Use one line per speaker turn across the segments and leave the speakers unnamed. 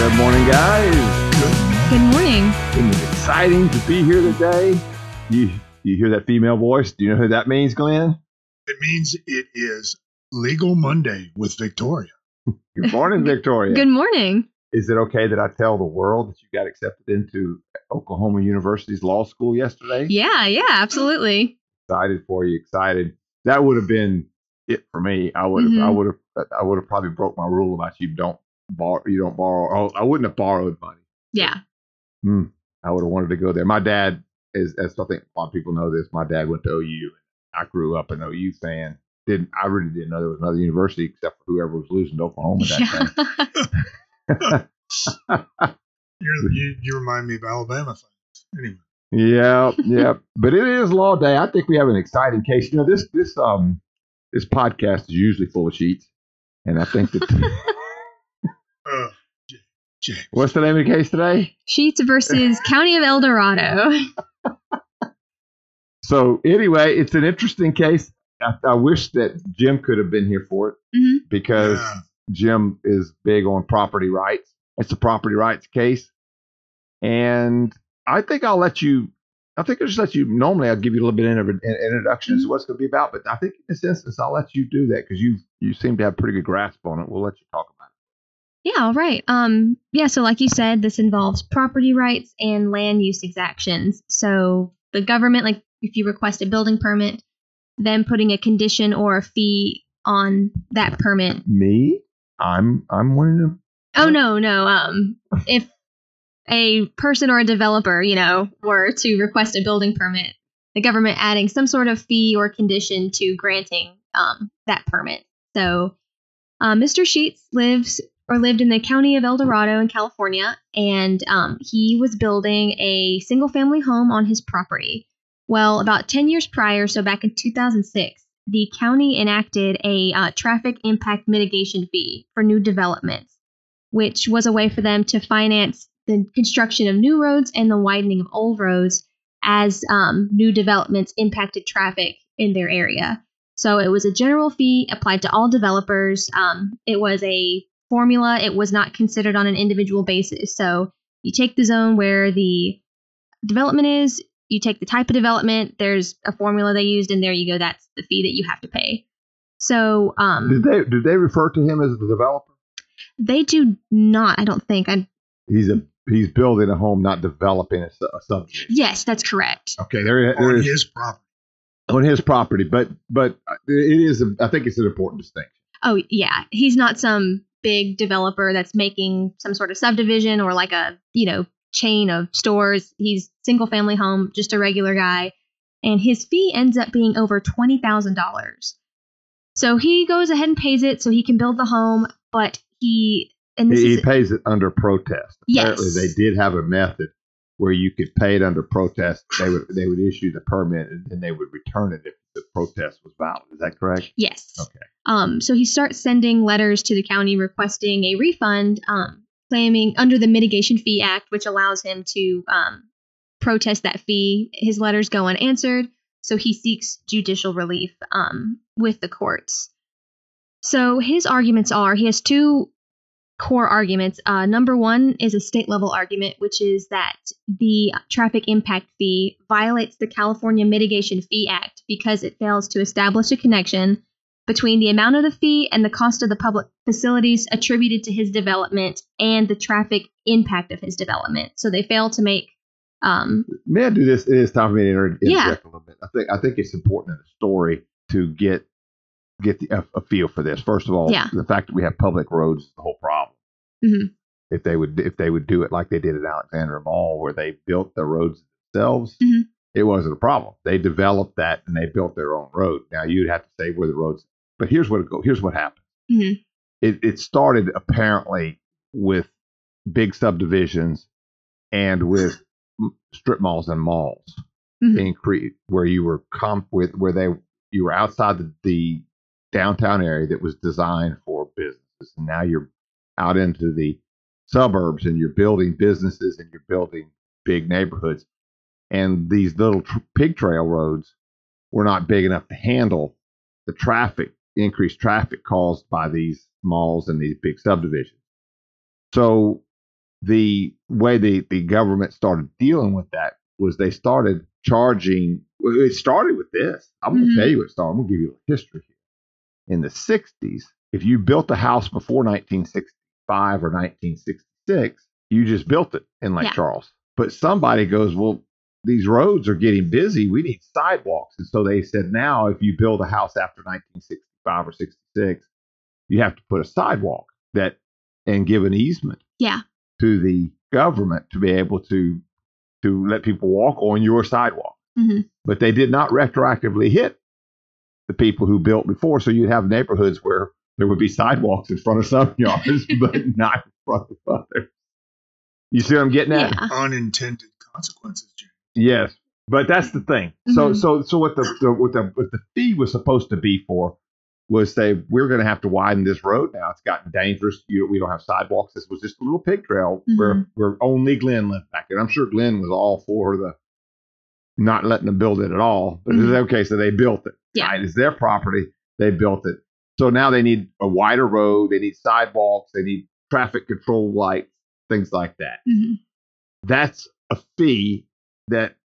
Good morning, guys.
Good morning.
It is exciting to be here today. You you hear that female voice? Do you know who that means, Glenn?
It means it is Legal Monday with Victoria.
Good morning, Victoria.
Good morning.
Is it okay that I tell the world that you got accepted into Oklahoma University's law school yesterday?
Yeah, yeah, absolutely.
Excited for you. Excited. That would have been it for me. I would have. I
Mhm.
would have. I would have probably broke my rule about you don't borrow. You don't borrow. Oh, I wouldn't have borrowed money.
Yeah.
I would have wanted to go there. My dad is, as I think a lot of people know this, my dad went to OU. I grew up an OU fan. Didn't I really didn't know there was another university except for whoever was losing to Oklahoma that
Yeah.
time.
You're, you you remind me of Alabama things. Anyway,
yeah, yeah. But it is law day. I think we have an exciting case. You know, this this um this podcast is usually full of sheets. And I think that
uh, J- Jay,
what's the name of the case today?
Sheets versus County of El Dorado.
So anyway, it's an interesting case. I, I wish that Jim could have been here for it
Mhm.
because
yeah,
Jim is big on property rights. It's a property rights case. And I think I'll let you, I think I'll just let you, normally I'll give you a little bit of an an introduction as to what's going to be about. But I think in this instance, I'll let you do that because you, you seem to have a pretty good grasp on it. We'll let you talk about it.
Yeah, all right. Um, yeah, so like you said, this involves property rights and land use exactions. So the government, like if you request a building permit, them putting a condition or a fee on that permit.
Me? I'm, I'm one of them.
Oh no, no. Um, if a person or a developer, you know, were to request a building permit, the government adding some sort of fee or condition to granting um, that permit. So, uh, Mr. Sheets lives or lived in the county of El Dorado in California, and um, he was building a single family home on his property. Well, about 10 years prior, so back in 2006, the county enacted a uh, traffic impact mitigation fee for new developments which was a way for them to finance the construction of new roads and the widening of old roads as um, new developments impacted traffic in their area. So it was a general fee applied to all developers. Um, it was a formula, it was not considered on an individual basis. So you take the zone where the development is, you take the type of development, there's a formula they used, and there you go. That's the fee that you have to pay. So, um,
Did they, did they refer to him as the developer?
they do not, I don't think. I
He's a, he's building a home, not developing a, su- a subdivision.
Yes, that's correct.
Okay. There, there
on
is
his property.
on his property, but, but it is, a, I think it's an important distinction.
Oh, yeah. He's not some big developer that's making some sort of subdivision or like a, you know, chain of stores. He's single family home, just a regular guy. And his fee ends up being over $20,000. So he goes ahead and pays it so he can build the home, but he, and this
He, he
is,
pays it under protest.
Yes.
Apparently, they did have a method where you could pay it under protest. They would they would issue the permit and then they would return it if the protest was valid. Is that correct?
yes.
Okay.
Um, so he starts sending letters to the county requesting a refund, um, claiming under the Mitigation Fee Act, which allows him to um, protest that fee. His letters go unanswered, so he seeks judicial relief um, with the courts. So his arguments are he has two core arguments. Uh, number one is a state level argument, which is that the traffic impact fee violates the California Mitigation Fee Act because it fails to establish a connection between the amount of the fee and the cost of the public facilities attributed to his development and the traffic impact of his development. So they fail to make. Um,
May I do this? It is time for me to inter-
Yeah.
interject a little bit. I think I think it's important in the story to get get the, a, a feel for this. First of all,
Yeah.
the fact that we have public roads is the whole problem.
Mhm.
If they would if they would do it like they did at Alexander Mall, where they built the roads themselves,
Mhm.
it wasn't a problem. They developed that and they built their own road. Now you'd have to say where the roads. But here's what it go. Here's what happened.
Mhm.
it, it started apparently with big subdivisions and with m- strip malls and malls
Mhm.
being cre- where you were comp with where they you were outside the, the downtown area that was designed for businesses and now you're out into the suburbs and you're building businesses and you're building big neighborhoods and these little tr- pig trail roads were not big enough to handle the traffic increased traffic caused by these malls and these big subdivisions so the way the, the government started dealing with that was they started charging. well, It started with this. I'm going to
Mhm.
tell you what started. I'm going to give you a history here. In the 60s, if you built a house before 1965 or 1966, you just built it in Lake
Yeah.
Charles. But somebody goes, well, these roads are getting busy. We need sidewalks. And so they said, now if you build a house after 1965 or 66, you have to put a sidewalk that and give an easement
Yeah.
to the government to be able to to let people walk on your sidewalk.
Mhm.
But they did not retroactively hit the people who built before. So you'd have neighborhoods where there would be sidewalks in front of some yards, but not in front of others. You see what I'm getting at?
Yeah.
Unintended consequences, James.
Yes, but that's the thing. So
Mhm.
so so what the, the what the what the fee was supposed to be for was say we're going to have to widen this road now. It's gotten dangerous. You, we don't have sidewalks. This was just a little pig trail where where only Glenn lived back there. And I'm sure Glenn was all for the not letting them build it at all. But it's
Mhm.
okay. So they built it.
Yeah.
Right? It's their property. They built it. So now they need a wider road. They need sidewalks. They need traffic control lights, things like that
Mhm.
that's a fee that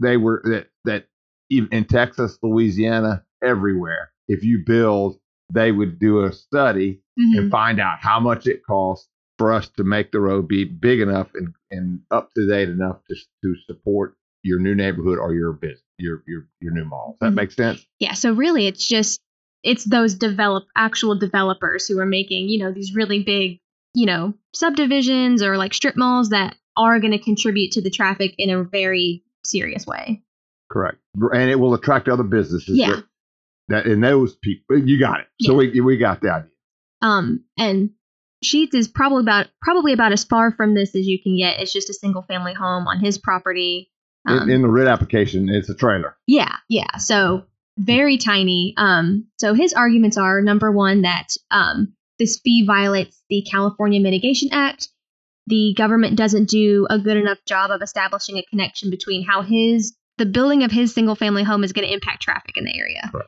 they were that that in in Texas, Louisiana, everywhere. If you build, they would do a study
Mhm.
and find out how much it costs for us to make the road be big enough and, and up to date enough to to support your new neighborhood or your business, your your your new mall. Does that
Mhm.
make sense?
Yeah. So really, it's just it's those develop actual developers who are making you know these really big you know subdivisions or like strip malls that are going to contribute to the traffic in a very serious way.
Correct. And it will attract other businesses.
Yeah.
That, that and those people, you got it. So we we got the idea.
Um, and Sheets is probably about probably about as far from this as you can get. It's just a single family home on his property. Um,
in, in the writ application, it's a trailer.
Yeah, yeah. So very tiny. Um, so his arguments are number one that um, this fee violates the California Mitigation Act. The government doesn't do a good enough job of establishing a connection between how his the building of his single family home is going to impact traffic in the area.
Right.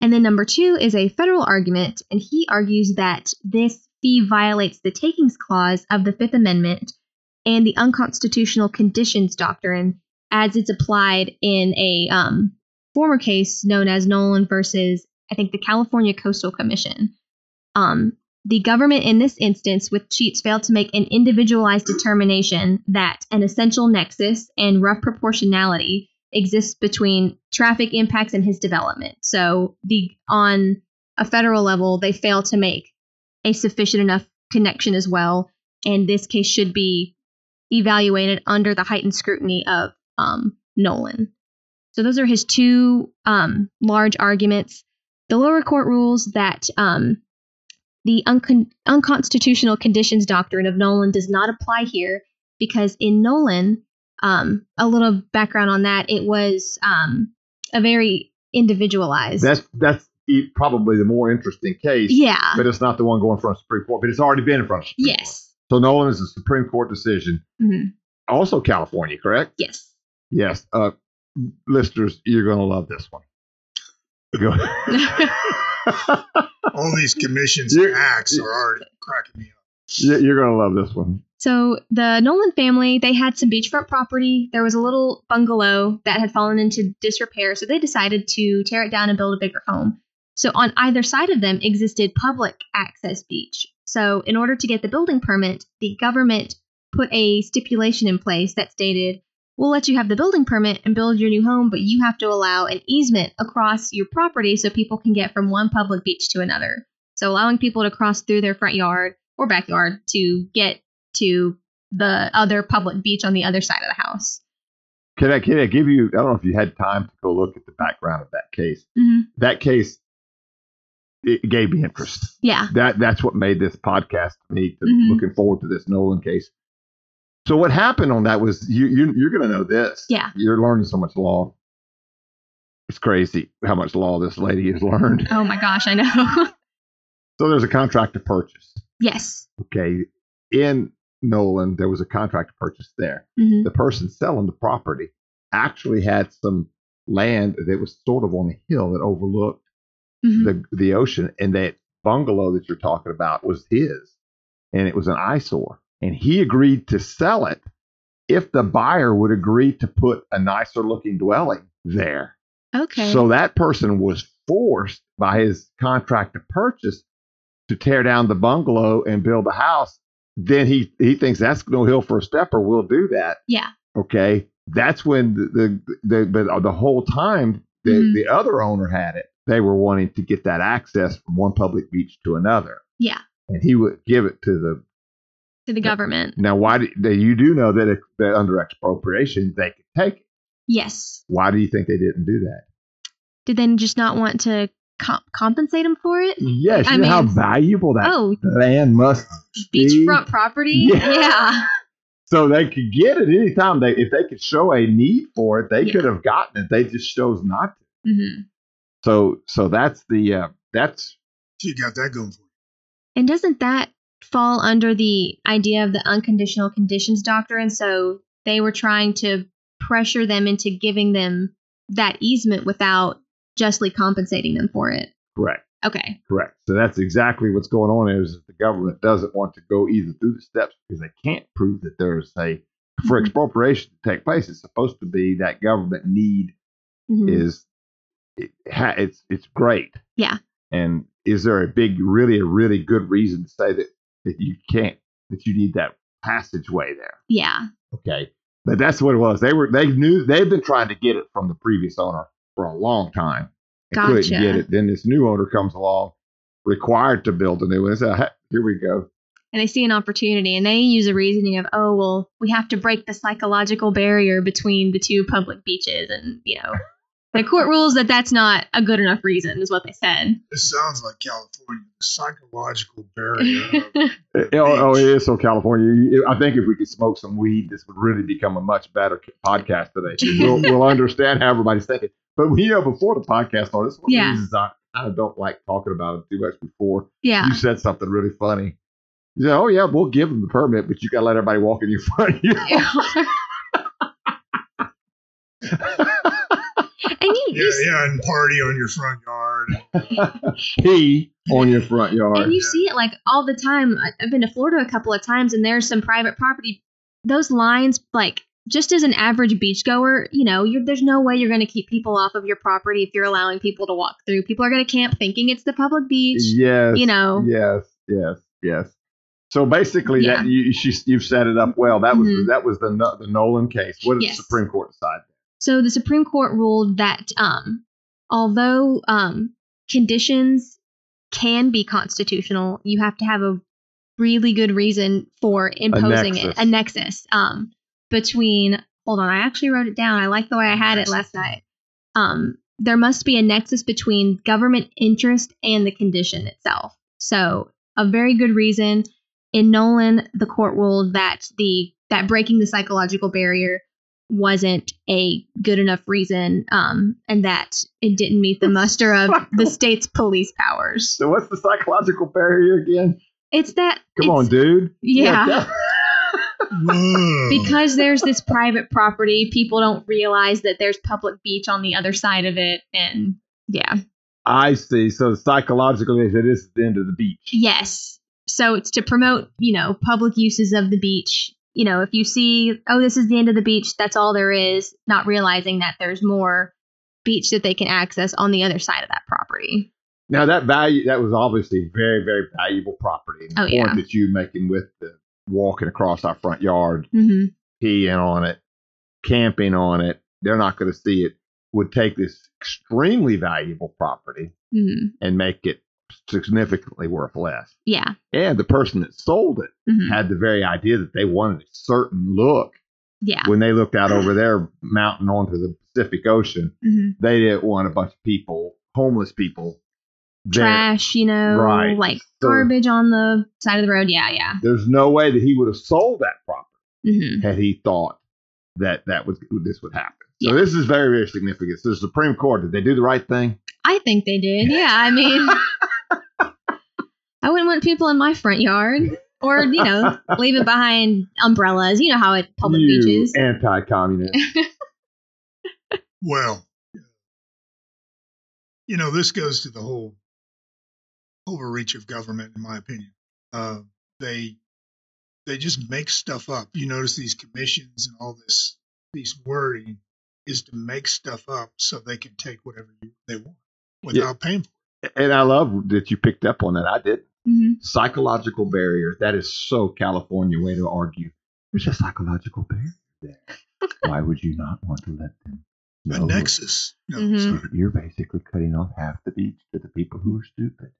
And then number two is a federal argument, and he argues that this fee violates the takings clause of the Fifth Amendment and the unconstitutional conditions doctrine as it's applied in a um, former case known as Nolan versus, I think, the California Coastal Commission. Um, the government in this instance with Cheats failed to make an individualized determination that an essential nexus and rough proportionality exists between traffic impacts and his development. So the on a federal level, they fail to make a sufficient enough connection as well. And this case should be evaluated under the heightened scrutiny of um, Nolan. So those are his two um, large arguments. The lower court rules that um, the uncon- unconstitutional conditions doctrine of Nolan does not apply here because in Nolan, um, a little background on that, it was um, a very individualized.
That's that's e- probably the more interesting case,
yeah.
but it's not the one going in front of the Supreme Court. But it's already been in front of the Supreme Court.
Yes.
So Nolan is a Supreme Court decision,
Mhm.
also California, correct?
Yes.
Yes. Uh, listeners, you're going to love this one. Go-
All these commissions
You-
and acts
you-
are already cracking me up.
You- you're going to love this one.
So the Nolan family, they had some beachfront property. There was a little bungalow that had fallen into disrepair, so they decided to tear it down and build a bigger home. So on either side of them existed public access beach. So in order to get the building permit, the government put a stipulation in place that stated, "We'll let you have the building permit and build your new home, but you have to allow an easement across your property so people can get from one public beach to another." So allowing people to cross through their front yard or backyard to get to the other public beach on the other side of the house.
Can I, can I give you? I don't know if you had time to go look at the background of that case.
Mhm.
That case it gave me interest.
Yeah.
That that's what made this podcast to me. To,
Mhm.
Looking forward to this Nolan case. So what happened on that was you, you you're going to know this.
Yeah.
You're learning so much law. It's crazy how much law this lady has learned.
Oh my gosh, I know.
So there's a contract to purchase.
yes.
Okay. In Nolan, there was a contract to purchase there.
hmm
The person selling the property actually had some land that was sort of on a hill that overlooked
hmm
the the ocean, and that bungalow that you're talking about was his, and it was an eyesore. And he agreed to sell it if the buyer would agree to put a nicer looking dwelling there.
Okay.
So that person was forced by his contract to purchase to tear down the bungalow and build a house. Then he he thinks that's no hill for a stepper. We'll do that.
yeah.
Okay, that's when the the, the but the whole time the,
Mhm.
the other owner had it, they were wanting to get that access from one public beach to another,
Yeah.
and he would give it to the.
To the government.
Now, why do now you do know that, it, that under expropriation they could take it?
Yes.
Why do you think they didn't do that?
Did they just not want to comp- compensate him for it?
Yes,
I
you know how
mean-
valuable that
Oh,
land must be.
beachfront property.
Yeah.
yeah.
So they could get it anytime they if they could show a need for it, they
Yeah.
could have gotten it. They just chose not to.
hmm
So so that's the uh, that's
You got that going for you.
And doesn't that fall under the idea of the unconditional conditions doctrine? So they were trying to pressure them into giving them that easement without justly compensating them for it.
correct.
Okay.
Correct. So that's exactly what's going on is that the government doesn't want to go either through the steps because they can't prove that there's a for
Mhm.
expropriation to take place. It's supposed to be that government need
Mhm.
is it, ha, it's it's great.
Yeah.
And is there a big, really, a really good reason to say that that you can't that you need that passageway there?
Yeah.
Okay. But that's what it was. They were they knew they've been trying to get it from the previous owner for a long time. And couldn't
Gotcha.
get it. Then this new owner comes along, required to build a new one. They said, "Hey, here we go.
And they see an opportunity and they use a reasoning of, oh, well, we have to break the psychological barrier between the two public beaches. And, you know, the court rules that that's not a good enough reason, is what they said.
This sounds like California. The psychological barrier. of-
Oh, oh, it is so California. You- I think if we could smoke some weed, this would really become a much better podcast today. We'll, we'll understand how everybody's thinking. But you know, before the podcast started, this one of the
Yeah.
reasons I, I don't like talking about it too much before.
yeah.
You said something really funny. You said, oh yeah, we'll give them the permit, but you got to let everybody walk in your front. of you.
and you,
yeah,
you
yeah, and party on your front yard.
Pee on your front yard.
And you see it like all the time. I- I've been to Florida a couple of times, and there's some private property. Those lines, like just as an average beachgoer, you know, you're, there's no way you're going to keep people off of your property if you're allowing people to walk through. People are going to camp thinking it's the public beach.
yes.
you know.
Yes. Yes. Yes. So basically,
Yeah.
that you she, you've set it up well. That was
Mhm.
that was the No- the Nolan case. What did
Yes.
the Supreme Court decide?
So the Supreme Court ruled that um, although um, conditions can be constitutional, you have to have a really good reason for imposing it, a nexus um, between. Hold on, I actually wrote it down. I like the way I had it last night. Um, there must be a nexus between government interest and the condition itself. So a very good reason. In Nolan, the court ruled that the that breaking the psychological barrier wasn't a good enough reason, um, and that it didn't meet the muster of the state's police powers.
So what's the psychological barrier again?
It's that
Come on,
it's-
dude.
yeah.
Whoa.
because there's this private property, people don't realize that there's public beach on the other side of it, and yeah,
I see. So psychologically, it is the end of the beach.
yes. So it's to promote, you know, public uses of the beach. You know, if you see, oh, this is the end of the beach, that's all there is, not realizing that there's more beach that they can access on the other side of that property.
Now that value that was obviously very very valuable property. And the
Oh, yeah.
point that you making with the walking across our front yard
hmm
peeing on it, camping on it, they're not going to see it, would take this extremely valuable property
hmm
and make it significantly worth less.
Yeah.
And the person that sold it
hmm
had the very idea that they wanted a certain look.
Yeah.
When they looked out over their mountain onto the Pacific Ocean,
hmm
they didn't want a bunch of people, homeless people, There.
trash, you know,
Right.
like
So-
garbage on the side of the road. Yeah, yeah.
There's no way that he would have sold that property
hmm
had he thought that that was this would happen. So this is very very significant. So the Supreme Court did they do the right thing?
I think they did. Yeah, I mean, I wouldn't want people in my front yard or, you know, leaving behind umbrellas. You know how it public
you
beaches.
anti-communist.
Well, you know, this goes to the whole overreach of government, in my opinion. Uh, they they just make stuff up. You notice these commissions and all this these wording is to make stuff up so they can take whatever you, they want without paying for it.
and I love that you picked up on that. I did.
Mhm.
psychological barrier. That is so California way to argue. There's a psychological barrier there. Why would you not want to let them
A
know?
nexus. No,
Mhm.
sorry.
You're- You're basically cutting off half the beach to the people who are stupid.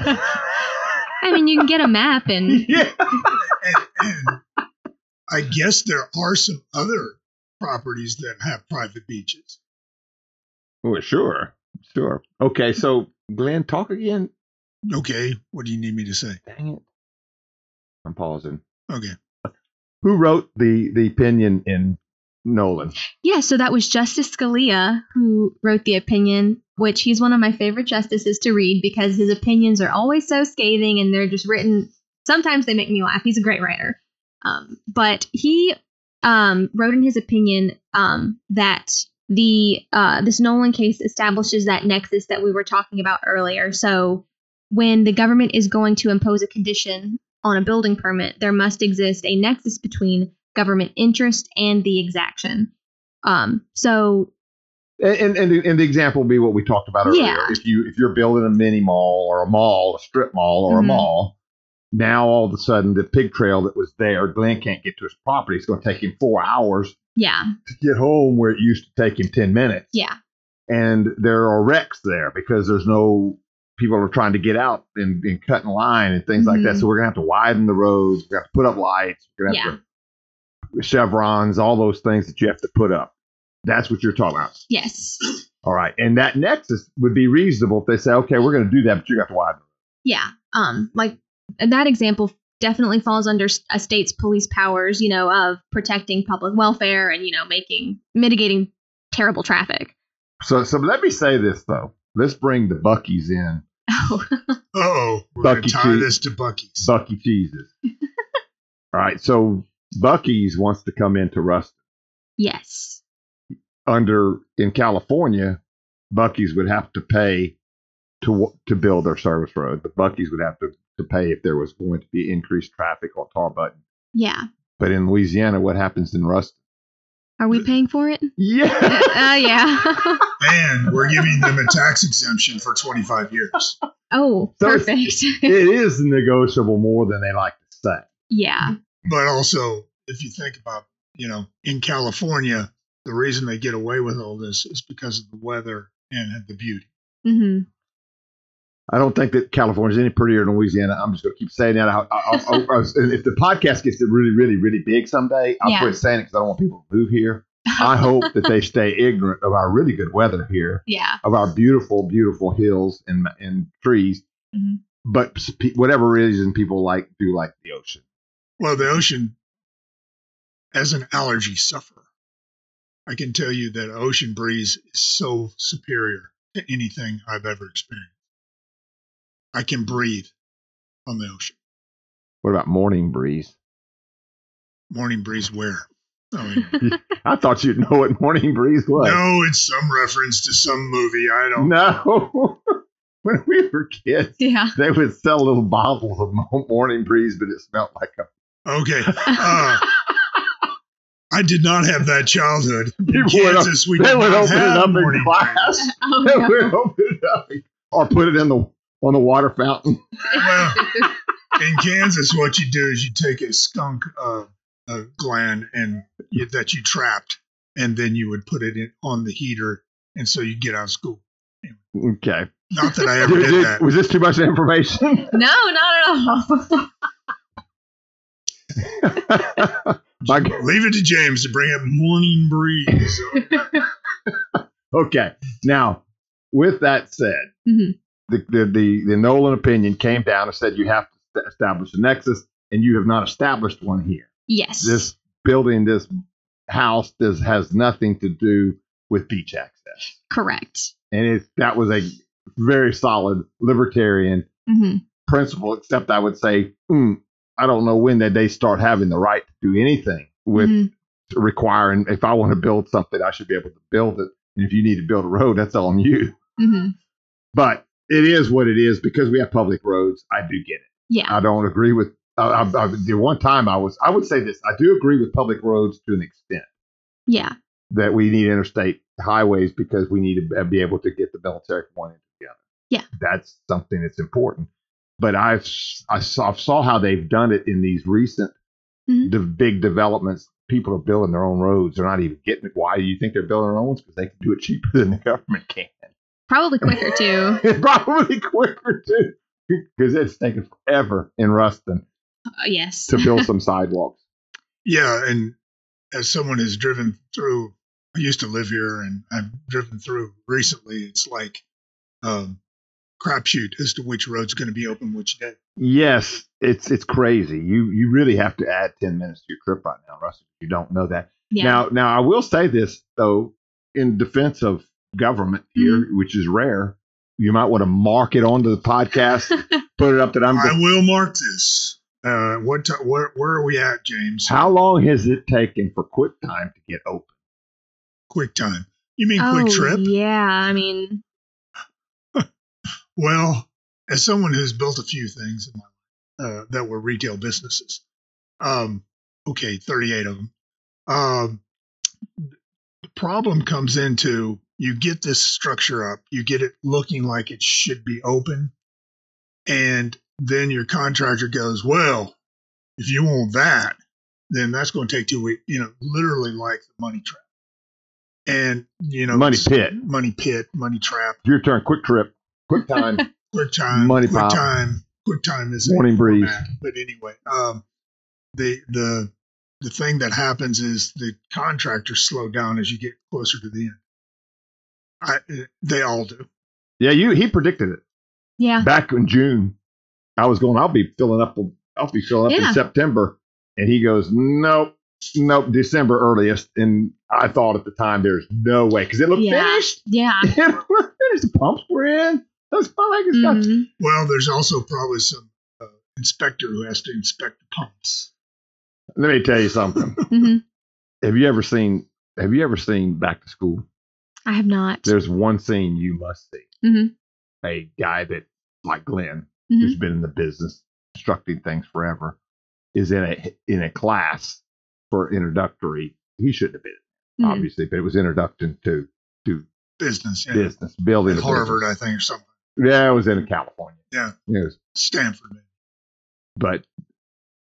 I mean, you can get a map and
yeah.
and, and I guess there are some other properties that have private beaches.
Well, Oh, sure. Sure. Okay, so Glenn, talk again.
Okay, what do you need me to say?
Dang it. I'm pausing.
Okay,
Who wrote the the opinion in Nolan?
Yeah, so that was Justice Scalia who wrote the opinion, which he's one of my favorite justices to read because his opinions are always so scathing and they're just written. Sometimes they make me laugh. He's a great writer. Um, but he um, wrote in his opinion um, that the uh, this Nolan case establishes that nexus that we were talking about earlier. So when the government is going to impose a condition on a building permit, there must exist a nexus between government interest and the exaction. Um, so
And, and and the- and the example would be what we talked about earlier.
Yeah.
If you if you're building a mini mall or a mall, a strip mall or
Mhm.
a mall, now all of a sudden the pig trail that was there, Glenn can't get to his property. It's going to take him four hours
yeah,
to get home where it used to take him ten minutes.
yeah,
And there are wrecks there because there's no people are trying to get out and, and cut in line and things like that.
Mhm.
So we're gonna have to widen the roads. We're gonna have to put up lights. We're gonna have to chevrons, all those things that you have to put up. That's what you're talking about.
yes,
All right. And that nexus would be reasonable if they say, okay, we're going to do that, but you got to widen.
yeah. Um, like that example definitely falls under s- a state's police powers, you know, of protecting public welfare and you know making mitigating terrible traffic.
So, so let me say this, though. Let's bring the Buckies in,
Oh,
oh, we're going
Bucky
to tie
Cheese.
this to Bucky's.
Bucky Cheeses. All right. So Bucky's wants to come into Rust
yes,
under in California. Bucky's would have to pay to w- to build their service road. The Bucky's would have to, to pay if there was going to be increased traffic on Tar Button.
yeah.
But in Louisiana, what happens in Rust?
Are we paying for it?
Yeah.
Uh, yeah.
and we're giving them a tax exemption for 25 years.
oh,
So it's-
perfect.
it is negotiable more than they like to say.
yeah.
But also, if you think about, you know, in California, the reason they get away with all this is because of the weather and the beauty.
hmm
I don't think that California's any prettier than Louisiana. I'm just going to keep saying that. I, I, I, I, and if the podcast gets really, really, really big someday, I'll
Yeah.
quit saying it because I don't want people to move here. I hope that they stay ignorant of our really good weather here,
Yeah.
of our beautiful, beautiful hills and and trees.
Mhm.
But pe- whatever reason, people like do like the ocean.
Well, the ocean, as an allergy sufferer, I can tell you that ocean breeze is so superior to anything I've ever experienced. I can breathe on the ocean.
What about morning breeze?
Morning breeze, where? I mean,
I thought you'd know what morning breeze was.
no, it's some reference to some movie. I don't.
no. when we were kids.
Yeah.
they would sell little bottles of Mo- morning breeze, but it smelled like a.
Okay.
Oh,
Uh, I did not have that childhood.
They
In Kansas, we
they
did
would
not
open it
have
up
morning
in class.
Oh,
They
no.
would open it up or put it in the on the water fountain.
breeze. Well, in Kansas, what you do is you take a skunk uh, uh, gland and you, that you trapped, and then you would put it in, on the heater, and so you get out of school.
Okay,
Not that I ever
Did-
did
did-
that.
was this too much information?
no, not at all.
My g-
Leave it to James to bring up morning breeze.
okay, now with that said,
Mhm.
the, the, the, the Nolan opinion came down and said you have to st- establish a nexus, and you have not established one here.
Yes.
This building, this house, this has nothing to do with beach access,
Correct.
and it that was a very solid libertarian
hmm
principle. Except I would say, mm, I don't know when that they start having the right to do anything with
Mm-hmm.
requiring. If I want to build something, I should be able to build it, and if you need to build a road, that's on you.
hmm
But it is what it is because we have public roads. I do get it.
Yeah.
I don't agree with. I, I, I, the one time I was, I would say this: I do agree with public roads to an extent
yeah.
that we need interstate highways because we need to be able to get the military from one end to the other.
Yeah.
that's something that's important. But I've s- I saw, I saw how they've done it in these recent
Mhm.
the big developments. People are building their own roads. They're not even getting it. Why do you think they're building their own ones? Because they can do it cheaper than the government can.
Probably quicker too.
probably quicker too, because it's taken forever in Ruston
Uh, yes.
to build some sidewalks.
Yeah, and as someone who's driven through, I used to live here, and I've driven through recently. It's like um, crapshoot as to which road's going to be open which day.
Yes, it's it's crazy. You you really have to add ten minutes to your trip right now, Ruston. You don't know that.
Yeah.
Now now I will say this though, in defense of government here,
Mm-hmm.
which is rare, you might want to mark it onto the podcast, put it up that I'm.
I will mark this. Uh, what? ti- where, where are we at, James?
how long has it taken for QuickTime to get open?
Quick time. You mean
oh,
quick trip?
Yeah. I mean,
Well, as someone who's built a few things in my, uh, that were retail businesses, um, okay, 38 of them. Um, the problem comes into you get this structure up, you get it looking like it should be open, and then your contractor goes, "Well, if you want that, then that's going to take two weeks." You know, literally like the money trap, and you know,
Money
it's-
pit.
money pit, money trap.
Your turn. Quick trip. Quick time.
Quick time.
Money
quick
pop.
time. Quick time is a
Morning breeze.
format. But anyway, um, the the the thing that happens is the contractors slow down as you get closer to the end. I, they all do.
Yeah, you. He predicted it.
yeah.
back in June, I was going, I'll be filling up, I'll be filling up
Yeah.
in September. And he goes, nope, nope, December earliest. And I thought at the time, there's no way because it looked
Yeah.
finished.
Yeah.
It looked finished. The pumps were in. That's not like it's got-
Mhm.
Well, there's also probably some uh, inspector who has to inspect the pumps.
Let me tell you something.
Mhm.
have you ever seen? Have you ever seen Back to School?
I have not.
There's one scene you must see.
Mhm.
A guy that, like Glenn,
Mhm.
who's been in the business constructing things forever, is in a in a class for introductory. He shouldn't have been.
Mhm.
obviously, but it was introduction to
Business, yeah.
business building.
At
a
Harvard, I think, or something.
business. Yeah, it was in California.
Yeah.
Yes,
Stanford.
but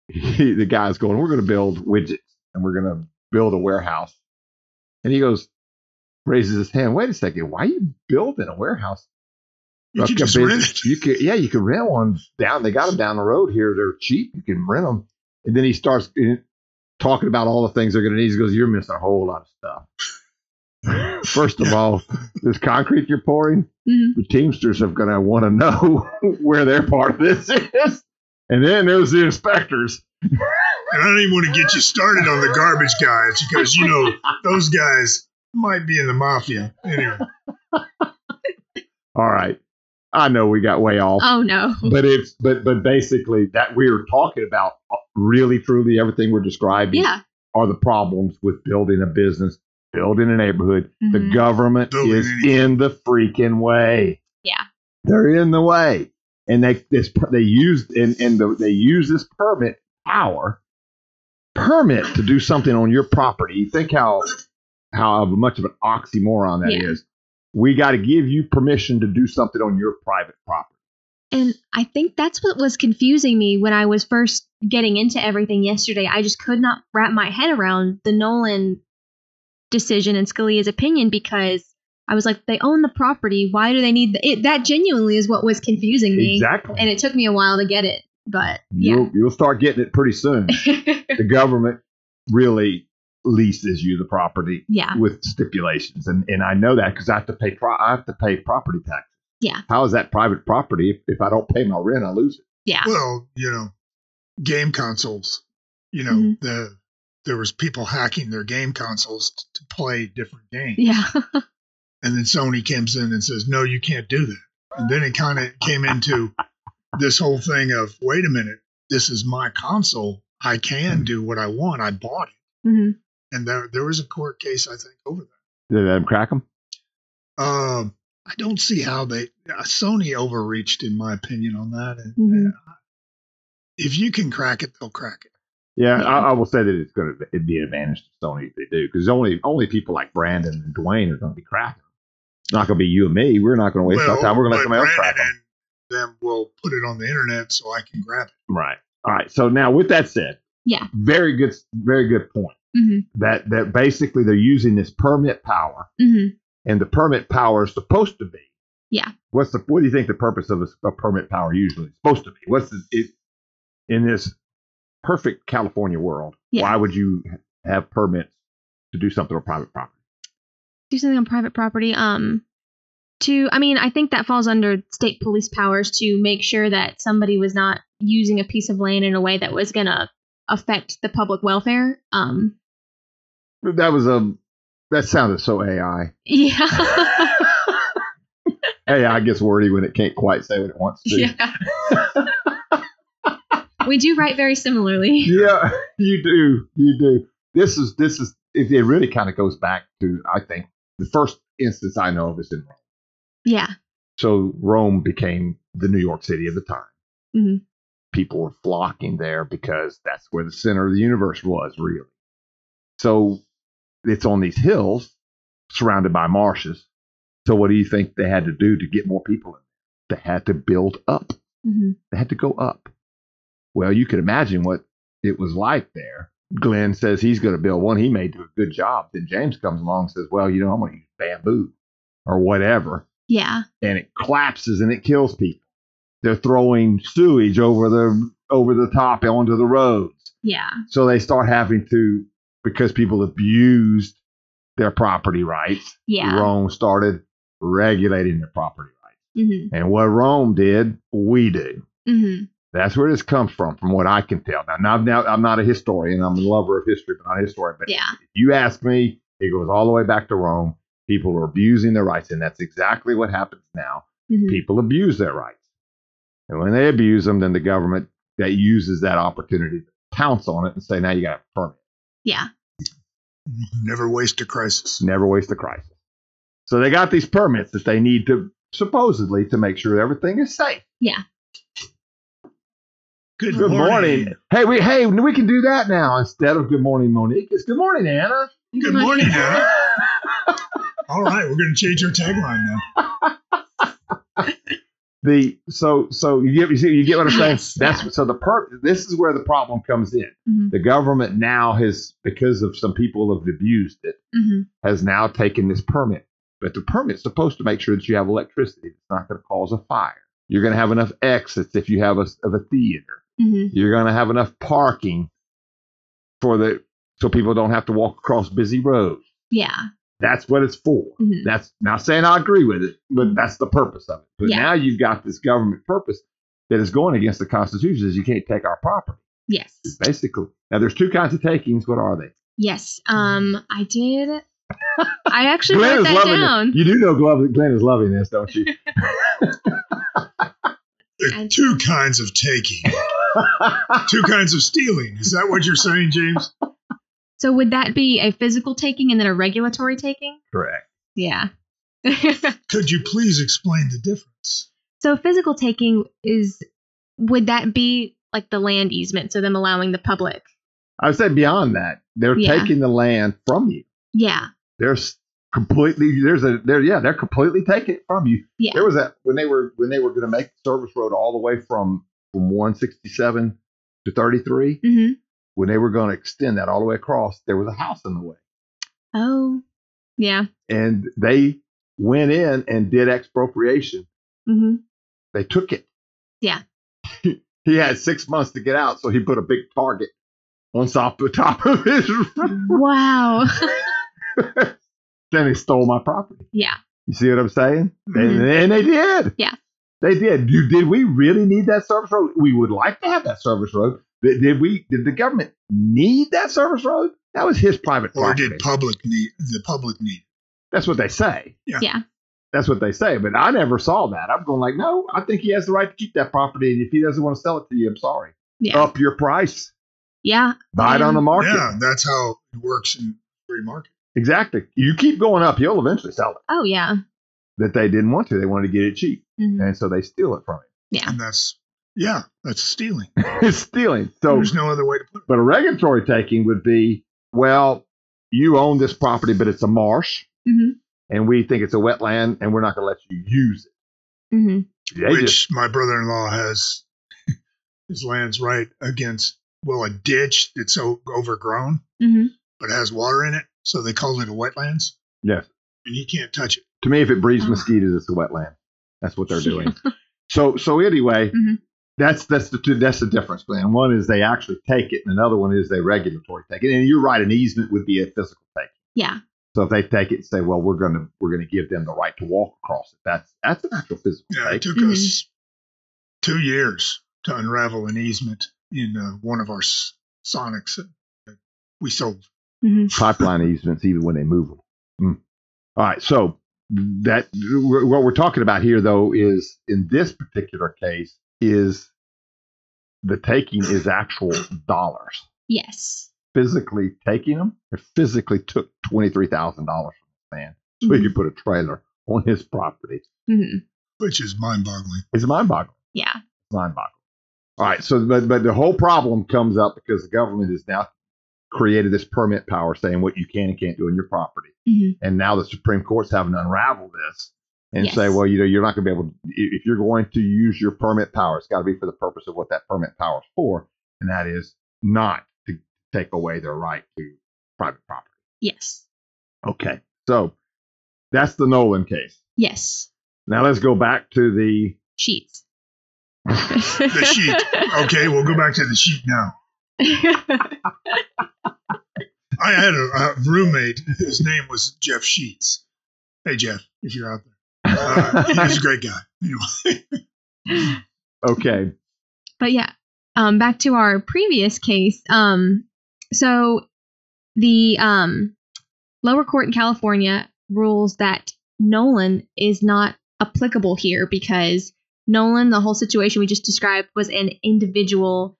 he, the guy's going, "We're going to build widgets and we're going to build a warehouse," and he goes, raises his hand. Wait a second, why are you building a warehouse?
You
Like
can
a
just
bus-
rent it.
You can, yeah, you can rent one down. They got them down the road here. They're cheap. You can rent them. And then he starts eh, talking about all the things they're going to need. He goes, "You're missing a whole lot of stuff." First of
Yeah.
all, this concrete you're pouring,
Mhm.
Mm-hmm.
the Teamsters are going to want to know where their part of this is. And then there's the inspectors.
And I don't even want to get you started on the garbage guys because, you know, those guys might be in the mafia. Anyway.
All right, I know we got way off.
Oh no.
but it's but but basically that we are talking about uh, really truly everything we're describing
Yeah.
are the problems with building a business building a neighborhood
Mhm.
the government
Building
is
anything.
in the freaking way
Yeah.
they're in the way and they this they used and and the, they use this permit power permit to do something on your property you think how how much of an oxymoron that is.
Yeah.
we got to give you permission to do something on your private property
And I think that's what was confusing me when I was first getting into everything yesterday. I just could not wrap my head around the Nolan decision and Scalia's opinion because I was like, they own the property. Why do they need the, it? That genuinely is what was confusing me.
exactly
Mm-hmm. And it took me a while to get it. But yeah.
You'll, you'll start getting it pretty soon. the government really leases you the property
yeah.
with stipulations, and and I know that because I have to pay pro- I have to pay property tax
Yeah.
How is that private property? If, if I don't pay my rent, I lose it.
Yeah.
Well, you know, game consoles. You know,
Mhm.
the there was people hacking their game consoles t- to play different games,
Yeah.
and then Sony comes in and says, "No, you can't do that." And then it kind of came into this whole thing of, "Wait a minute, this is my console. I can do what I want. I bought it."
hmm
And there there was a court case, I think, over that.
They let them crack them.
Um, I don't see how they uh, Sony overreached, in my opinion, on that. And,
Mhm.
and I- if you can crack it, they'll crack it.
Yeah, I, I will say that it's going to be an advantage to Sony if they do, because only only people like Brandon and Dwayne are going to be cracking. It's not going to be you and me. We're not going to waste our time. We're going to
but
let somebody else
Brandon
crack them.
and them will put it on the internet so I can grab it.
Right. All right. So now, with that said,
Yeah.
very good, very good point.
hmm
That that basically they're using this permit power,
hmm
and the permit power is supposed to be.
Yeah.
What's the what do you think the purpose of a, a permit power usually is supposed to be? What's the, it, in this perfect California world?
Yeah.
Why would you have permits to do something on private property?
Do something on private property. Um, to I mean, I think that falls under state police powers to make sure that somebody was not using a piece of land in a way that was gonna affect the public welfare. Um,
That was a. That sounded so AI.
yeah.
AI gets wordy when it can't quite say what it wants to.
yeah. we do write very similarly.
Yeah, you do. You do. This is this is it, it really kind of goes back to I think the first instance I know of is in Rome.
Yeah.
So Rome became the New York City of the time.
Mhm.
People were flocking there because that's where the center of the universe was, really. So it's on these hills surrounded by marshes. So what do you think they had to do to get more people in? They had to build up.
hmm
They had to go up. Well, you could imagine what it was like there. Glenn says he's going to build one. He may do a good job. Then James comes along and says, Well, you know, I'm going to use bamboo or whatever.
Yeah.
And it collapses and it kills people. They're throwing sewage over the over the top onto the roads.
Yeah.
So they start having to because people abused their property rights.
Yeah.
Rome started regulating their property rights.
hmm
And what Rome did, we do.
hmm
That's where this comes from, from what I can tell. Now, now, now I'm not a historian. I'm a lover of history, but not a historian. But
Yeah.
if you ask me, it goes all the way back to Rome. People are abusing their rights, and that's exactly what happens now.
hmm
People abuse their rights. And when they abuse them, then the government that uses that opportunity to pounce on it and say, now you got a permit.
Yeah.
Never waste a crisis.
Never waste a crisis. So they got these permits that they need to supposedly to make sure everything is safe.
Good,
Good morning. Hey, we hey we can do that now instead of good morning, Monique. It's good morning, Anna.
Good morning, Anna. All right, we're going to change our tagline now.
The so so you get you, see, you get what I'm saying.
Yes,
That's so the per this is where the problem comes in.
hmm
The government now has because of some people have abused it
hmm
has now taken this permit, but the permit's supposed to make sure that you have electricity. It's not going to cause a fire. You're going to have enough exits if you have a of a theater.
hmm
You're going to have enough parking for the so people don't have to walk across busy roads.
Yeah.
That's what it's for.
Mhm.
That's not saying I agree with it, but that's the purpose of it. But
Yeah.
now you've got this government purpose that is going against the Constitution. Is you can't take our property,
Yes.
basically. Now there's two kinds of takings. What are they?
Yes. Um, I did. I actually
Mm-hmm. Glenn
wrote
is
that
loving
down.
it. You do know Glenn, Glenn is loving this, don't you?
There are
And-
Uh, two kinds of taking, two kinds of stealing. Is that what you're saying, James?
So would that be a physical taking and then a regulatory taking?
Correct.
Yeah.
Could you please explain the difference?
so physical taking is would that be like the land easement? So them allowing the public.
I would say beyond that, they're
Yeah.
taking the land from you.
Yeah.
They're s- completely. There's a. They're yeah. They're completely taking it from you.
Yeah.
There was that when they were when they were going to make the service road all the way from from 167 to 33.
hmm
when they were going to extend that all the way across, there was a house in the way.
Oh. Yeah.
And they went in and did expropriation.
hmm
They took it.
Yeah.
he had six months to get out, so he put a big target on top, the top of his.
Wow.
then he stole my property.
yeah.
You see what I'm saying? And,
Mhm.
and they did.
Yeah.
They did. Do, did we really need that service road? We would like to have that service road. Did, did we? Did the government need that service road? That was his private
Or
property.
did public need the public need?
That's what they say.
Yeah.
Yeah.
That's what they say. But I never saw that. I'm going like, no, I think he has the right to keep that property. And if he doesn't want to sell it to you, I'm sorry.
Yeah. Mm-hmm.
Up your price.
Yeah.
Buy it on the market.
Yeah, that's how it works in free market.
Exactly. You keep going up, you'll eventually sell it.
Oh, yeah.
That they didn't want to. They wanted to get it cheap.
Mhm.
And so they steal it from
And that's yeah, that's stealing.
him. it's stealing. So
There's no other way to put it.
But a regulatory taking would be, well, you own this property, but it's a marsh,
Mhm.
and we think it's a wetland, and we're not going to let you use
Mhm.
it. They
Which
just-
my brother in law has his land's right against well, a ditch that's o- overgrown
Mhm.
but has water in it, so they call it a wetlands.
Yeah.
And you can't touch it.
to me, if it breeds
Oh.
mosquitoes, it's a wetland. That's what they're doing. so, so anyway,
Mhm.
that's that's the two, that's the difference. And one is they actually take it, and another one is they regulatory take it. And you're right, an easement would be a physical take.
Yeah.
So if they take it and say, well, we're going to we're going to give them the right to walk across it, that's that's an actual physical
Yeah, it
take.
took
Mhm.
us two years to unravel an easement in uh, one of our s- Sonics that we sold.
Mhm.
pipeline easements even when they move them. Mm. All right, so that what we're talking about here though is in this particular case is the taking is actual dollars.
Yes.
Physically taking them, it physically took twenty three thousand dollars from the man so he
Mhm.
could put a trailer on his property.
Mhm.
which is mind-boggling.
It's mind boggling.
Yeah.
Mind boggling. All right, so but but the whole problem comes up because the government has now created this permit power saying what you can and can't do on your property.
Mhm.
and now the Supreme Court's having to unravel this and
Yes.
say, well, you know, you're not going to be able to, if you're going to use your permit power, it's got to be for the purpose of what that permit power is for, and that is not to take away their right to private property.
Yes.
Okay, so that's the Nolan case.
Yes.
Now let's go back to the
Sheets.
The sheet. Oh. Okay, we'll go back to the sheet now. I had a, a roommate. His name was Jeff Sheets. Hey, Jeff, if you're out there, uh, he was a great guy. Anyway,
okay,
but yeah, um, back to our previous case. Um, so the um, lower court in California rules that Nolan is not applicable here because Nolan, the whole situation we just described, was an individual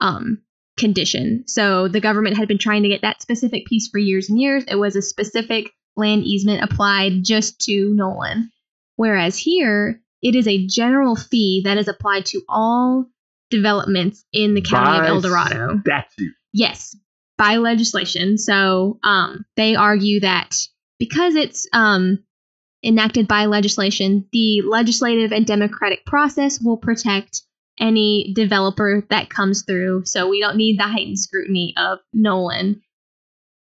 um, condition. So the government had been trying to get that specific piece for years and years. It was a specific land easement applied just to Nolan. Whereas here, it is a general fee that is applied to all developments in the county
By
of El Dorado.
statute.
Yes, by legislation. So um, they argue that because it's um, enacted by legislation, the legislative and democratic process will protect any developer that comes through. So we don't need the heightened scrutiny of Nolan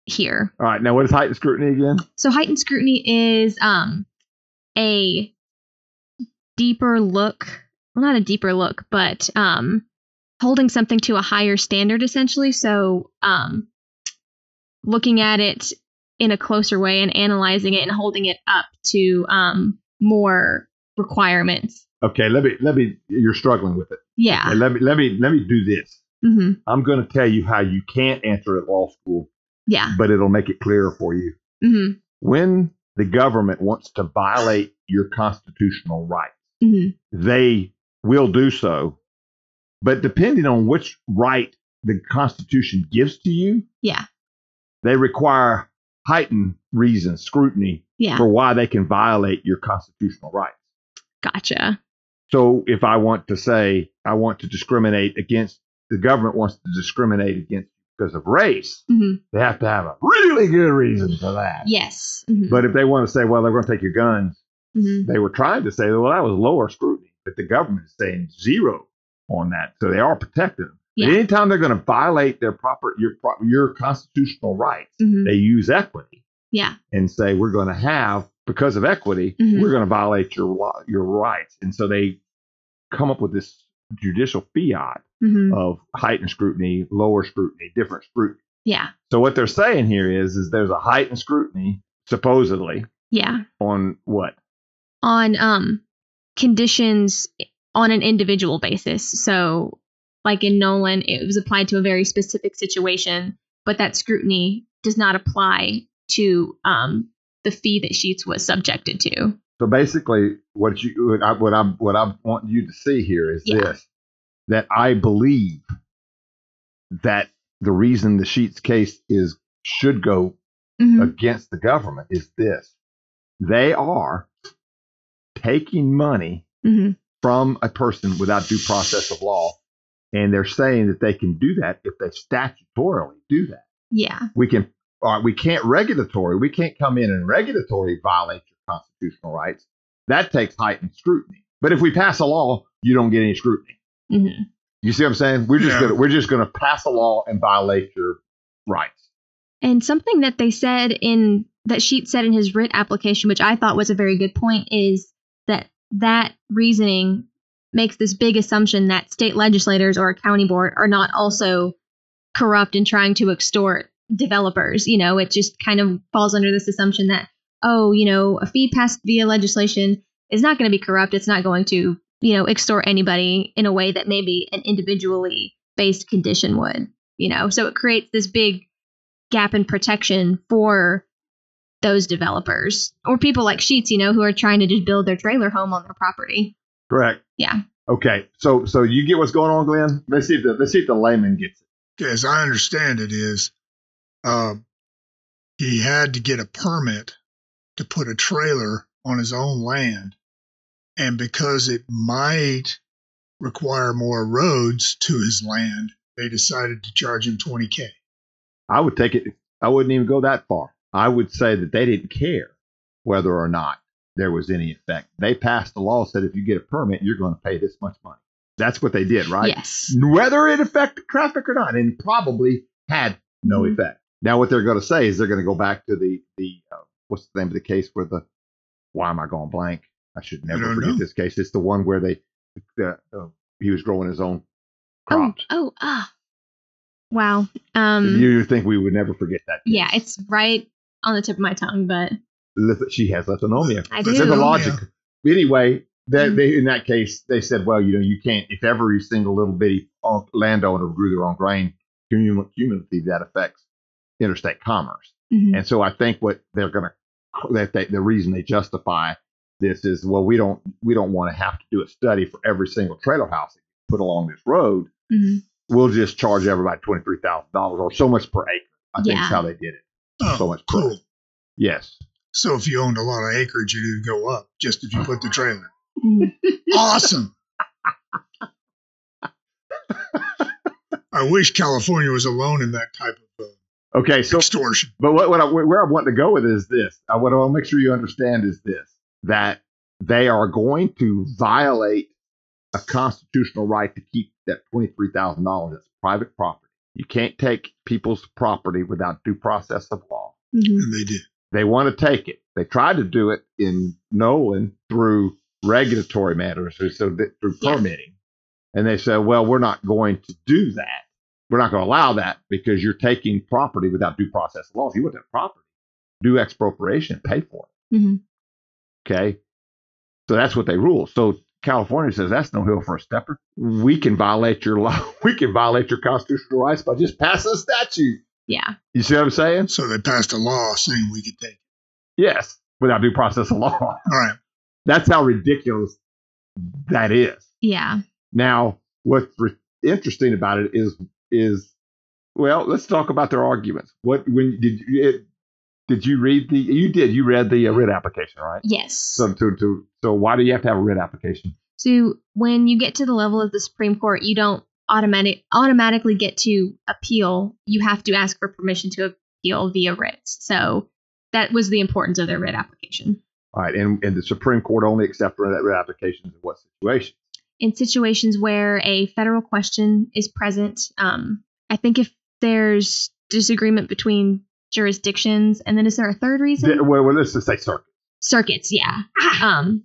here.
All right, now what is heightened scrutiny again?
So heightened scrutiny is um, a deeper look, well, not a deeper look, but um, holding something to a higher standard essentially. So um, looking at it in a closer way and analyzing it and holding it up to um, more requirements.
Okay, let me let me. You're struggling with it.
Yeah.
Let me let me let me do this.
hmm
I'm going to tell you how you can't answer at law school,
Yeah.
but it'll make it clearer for you.
hmm
When the government wants to violate your constitutional rights,
hmm
they will do so. But depending on which right the Constitution gives to you,
Yeah.
they require heightened reason, scrutiny
Yeah.
for why they can violate your constitutional rights.
Gotcha.
So if I want to say I want to discriminate against the government wants to discriminate against because of race,
hmm
they have to have a really good reason for that.
Yes. hmm
But if they want to say, well, they're going to take your guns,
hmm
they were trying to say, well, that was lower scrutiny, but the government is saying zero on that, so they are protected. But
Yeah.
anytime they're going to violate their proper your pro- your constitutional rights,
hmm
they use equity
Yeah.
and say we're going to have because of equity,
Mhm.
we're going to violate your law, your rights, and so they come up with this judicial fiat
hmm
of heightened scrutiny, lower scrutiny, different scrutiny.
Yeah.
So what they're saying here is, is there's a heightened scrutiny, supposedly,
Yeah.
on what?
On um conditions on an individual basis. So like in Nolan, it was applied to a very specific situation, but that scrutiny does not apply to um the fee that Sheets was subjected to.
So basically, what you what I what I, what I want you to see here is
Yeah.
this: that I believe that the reason the Sheets case is should go
Mhm.
against the government is this: they are taking money
Mhm.
from a person without due process of law, and they're saying that they can do that if they statutorily do that.
Yeah.
we can or we can't regulatory we can't come in and regulatory violate your constitutional rights that takes heightened scrutiny but if we pass a law you don't get any scrutiny
Mhm.
you see what i'm saying we're just
Yeah.
gonna we're just gonna pass a law and violate your rights
And something that they said in that Sheet said in his writ application, which I thought was a very good point, is that that reasoning makes this big assumption that state legislators or a county board are not also corrupt and trying to extort developers. You know, it just kind of falls under this assumption that, oh, you know, a fee passed via legislation is not going to be corrupt. It's not going to, you know, extort anybody in a way that maybe an individually based condition would, you know. So it creates this big gap in protection for those developers or people like Sheets, you know, who are trying to just build their trailer home on their property.
correct
Yeah.
okay so so you get what's going on glenn let's see if the let's see if the layman gets it
as I understand it, is uh, he had to get a permit to put a trailer on his own land. And because it might require more roads to his land, they decided to charge him 20K.
i would take it i wouldn't even go that far i would say that they didn't care whether or not there was any effect they passed a law said if you get a permit you're going to pay this much money that's what they did right
Yes.
whether it affected traffic or not, and probably had no
Mhm.
Mm-hmm.
effect. Now, what they're going to say is they're going to go back to the the uh, what's the name of the case where the why am I going blank? I should never
don't
forget
know.
this case. It's the one where they the, uh, he was growing his own
Oh,
crops.
oh, ah. Wow. Um
you would think we would never forget that? case.
yeah, it's right on the tip of my tongue, but
Lith- she has lithonomia.
I
But
do.
There's a
Lithonomia.
logic. Anyway, they,
Mhm.
they, in that case, they said, well, you know, you can't, if every single little bitty uh, landowner grew their own grain, cumul- cumulatively that affects interstate commerce.
Mhm.
And so I think what they're going to, that they, the reason they justify this is, well, we don't, we don't want to have to do a study for every single trailer house that you put along this road.
Mhm.
We'll just charge everybody $23,000 or so much per acre. I think
Yeah.
is how they did it.
Oh,
So much
cool.
better. Yes.
So if you owned a lot of acreage, it would go up just if you put the trailer.
Mhm.
Awesome. I wish California was alone in that type of uh,
Okay. So
extortion.
But what, what I, where I want to go with is this. I, what I want to make sure you understand is this: that they are going to violate a constitutional right to keep that twenty-three thousand dollars. That's private property. You can't take people's property without due process of law.
Mhm.
And they did.
They want to take it. They tried to do it in Nolan through regulatory matters, so- so that, through
Yeah.
permitting, and they said, "Well, we're not going to do that. We're not going to allow that because you're taking property without due process of law. If you want that property, do expropriation, pay for
Mhm.
it." Okay, so that's what they rule. So California says that's no hill for a stepper. We can violate your law. We can violate your constitutional rights by just passing a statute.
Yeah.
You see what I'm saying?
So they passed a law saying we could take it.
Yes, without due process of law.
All right.
That's how ridiculous that is.
Yeah.
Now, what's re- interesting about it is is well, let's talk about their arguments. What when did you it, did you read the you did you read the uh, writ application right?
Yes.
So to, to so why do you have to have a writ application?
So when you get to the level of the Supreme Court, you don't automatic automatically get to appeal. You have to ask for permission to appeal via writs. So that was the importance of their writ application.
All right, and and the Supreme Court only accepts writ, writ applications in what situation?
In situations where a federal question is present, um, I think if there's disagreement between jurisdictions, and then is there a third reason?
The- well, well, let's just say circuit.
Circuits, yeah. Um,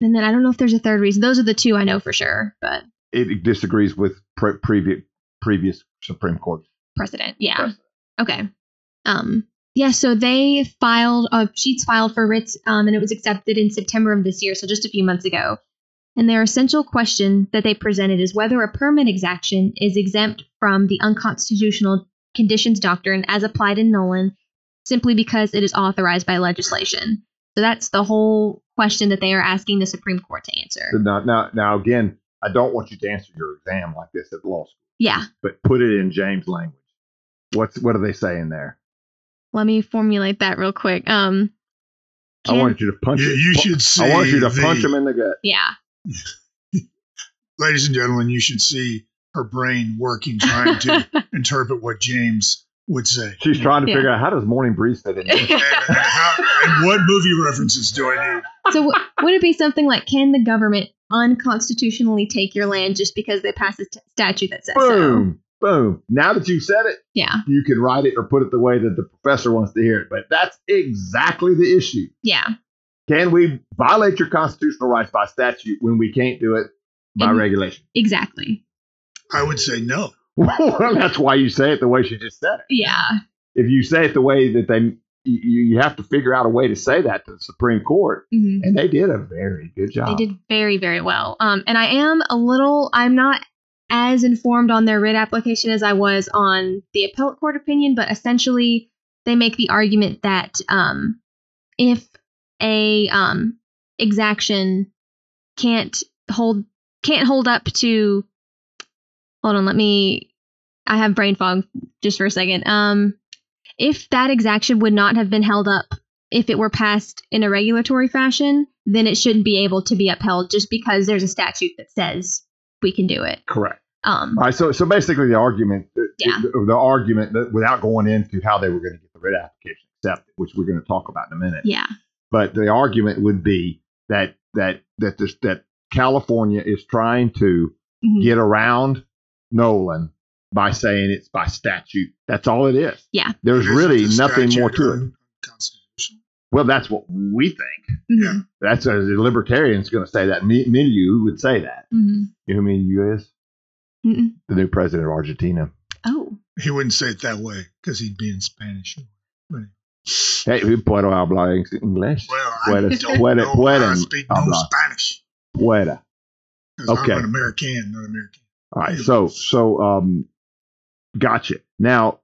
and then I don't know if there's a third reason. Those are the two I know for sure, but
It disagrees with pre- previous previous Supreme Court
precedent, yeah.
precedent.
Okay. Um Yeah, so they filed uh, sheets filed for writs, um, and it was accepted in September of this year, so just a few months ago. And their essential question that they presented is whether a permit exaction is exempt from the unconstitutional conditions doctrine as applied in Nolan, simply because it is authorized by legislation. So that's the whole question that they are asking the Supreme Court to answer.
Now, now, now again, I don't want you to answer your exam like this at law school,
Yeah,
but put it in James language. What's what are they saying there?
let me formulate that real quick. Um,
I
can-
want you to punch.
You,
it-
you
pu-
should see.
I want you to
the-
punch him in the gut.
yeah,
ladies and gentlemen. You should see her brain working, trying to interpret what James would say.
She's trying to
Yeah.
figure out how does Morning Breeze fit in. Here?
And, and how, and what movie references do I need?
so w- would it be something like can the government unconstitutionally take your land just because they pass a t- statute that says so?
boom, boom. Now that you've said it,
Yeah,
you can write it or put it the way that the professor wants to hear it. But that's exactly the issue.
yeah.
Can we violate your constitutional rights by statute when we can't do it by
Mhm.
regulation?
Exactly.
I would say no.
well, that's why you say it the way she just said it.
Yeah.
If you say it the way that they, you, you have to figure out a way to say that to the Supreme Court,
Mhm.
and they did a very good
They
job.
did very, very well. Um, and I am a little, I'm not as informed on their writ application as I was on the appellate court opinion, but essentially they make the argument that um, if a um, exaction can't hold can't hold up to hold on let me i have brain fog just for a second um if that exaction would not have been held up if it were passed in a regulatory fashion then it shouldn't be able to be upheld just because there's a statute that says we can do it
Correct.
um
All right. So, so basically, the argument,
Yeah.
the, the argument that without going into how they were going to get the writ application accepted, which we're going to talk about in a minute.
yeah
but the argument would be that that that this, that California is trying to
Mhm.
get around Nolan by saying it's by statute. That's all it is.
Yeah.
There's
Isn't
really
the
nothing more
statute
to it.
unconstitutional?
Well, that's what we think.
Yeah.
Mhm.
That's a libertarian's going to say that. Me, me, you would say that.
Mhm.
You know who Milieu is?
Mm-mm.
The new president of Argentina.
Mm-hmm. oh
He wouldn't say it that way because he'd be in Spanish.
Hey, we puedo hablar inglés.
Well, I
Puedes-
don't
puede-
know. I
pueden
speak no
hablar.
Spanish
Pueda.
'cause
Uh-huh. Okay.
I'm an American, not American.
All right. So so um, gotcha. Now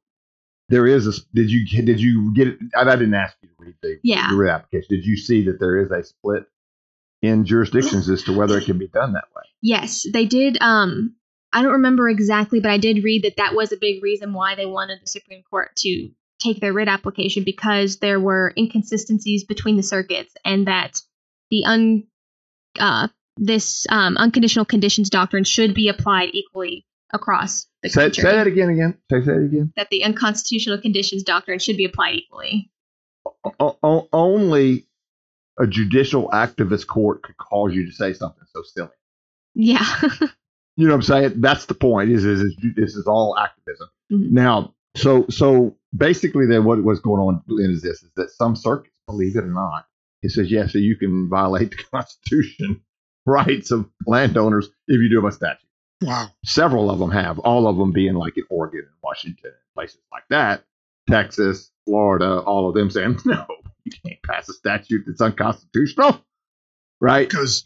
there is a. Did you did you get it? I, I didn't ask you to read the,
Yeah.
the writ application. Did you see that there is a split in jurisdictions as to whether it can be done that way?
Yes, they did. Um, I don't remember exactly, but I did read that that was a big reason why they wanted the Supreme Court to take their writ application because there were inconsistencies between the circuits, and that the un uh, this um, unconditional conditions doctrine should be applied equally across the
Say,
country.
say that again. Again. Say say it again.
that the unconstitutional conditions doctrine should be applied equally.
O- o- only a judicial activist court could cause you to say something so silly.
Yeah.
You know what I'm saying? That's the point. Is is, is this is all activism
Mhm.
now? So so basically, then what what's going on is this: is that some circuits, believe it or not, it says yes, so you can violate the Constitution rights of landowners if you do it by statute.
Wow.
Several of them have, all of them being like in Oregon and Washington and places like that, Texas, Florida, all of them saying no, you can't pass a statute that's unconstitutional, right?
Because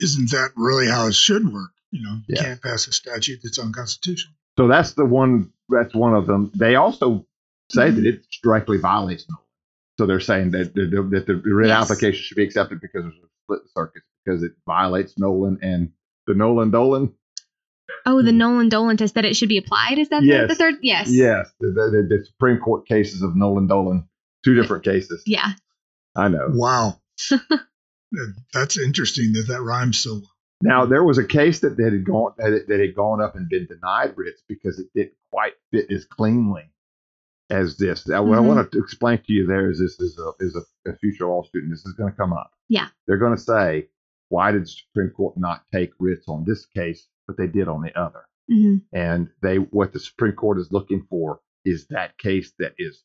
isn't that really how it should work? You know, you
Yeah.
can't pass a statute that's unconstitutional.
So that's the one. That's one of them. They also say that
Mm-hmm.
it directly violates. Nolan. So they're saying that the, the- that the writ
Yes.
application should be accepted because there's a split circuit because it violates Nolan and the Nolan Dolan.
oh, the Nolan Dolan test that it should be applied. Is that the-
Yes.
the third? Yes.
Yes, the, the, the Supreme Court cases of Nolan Dolan, two different cases.
Yeah.
I know.
Wow. That's interesting that that rhymes so well.
Now there was a case that, that had gone that, had- that had gone up and been denied writs because it didn't quite fit as cleanly as this. Now, What I
Mhm.
want to explain to you there is this is a is a, a future law student. This is going to come up.
Yeah.
they're going to say, why did the Supreme Court not take writs on this case, but they did on the other?
hmm
And they what the Supreme Court is looking for is that case that is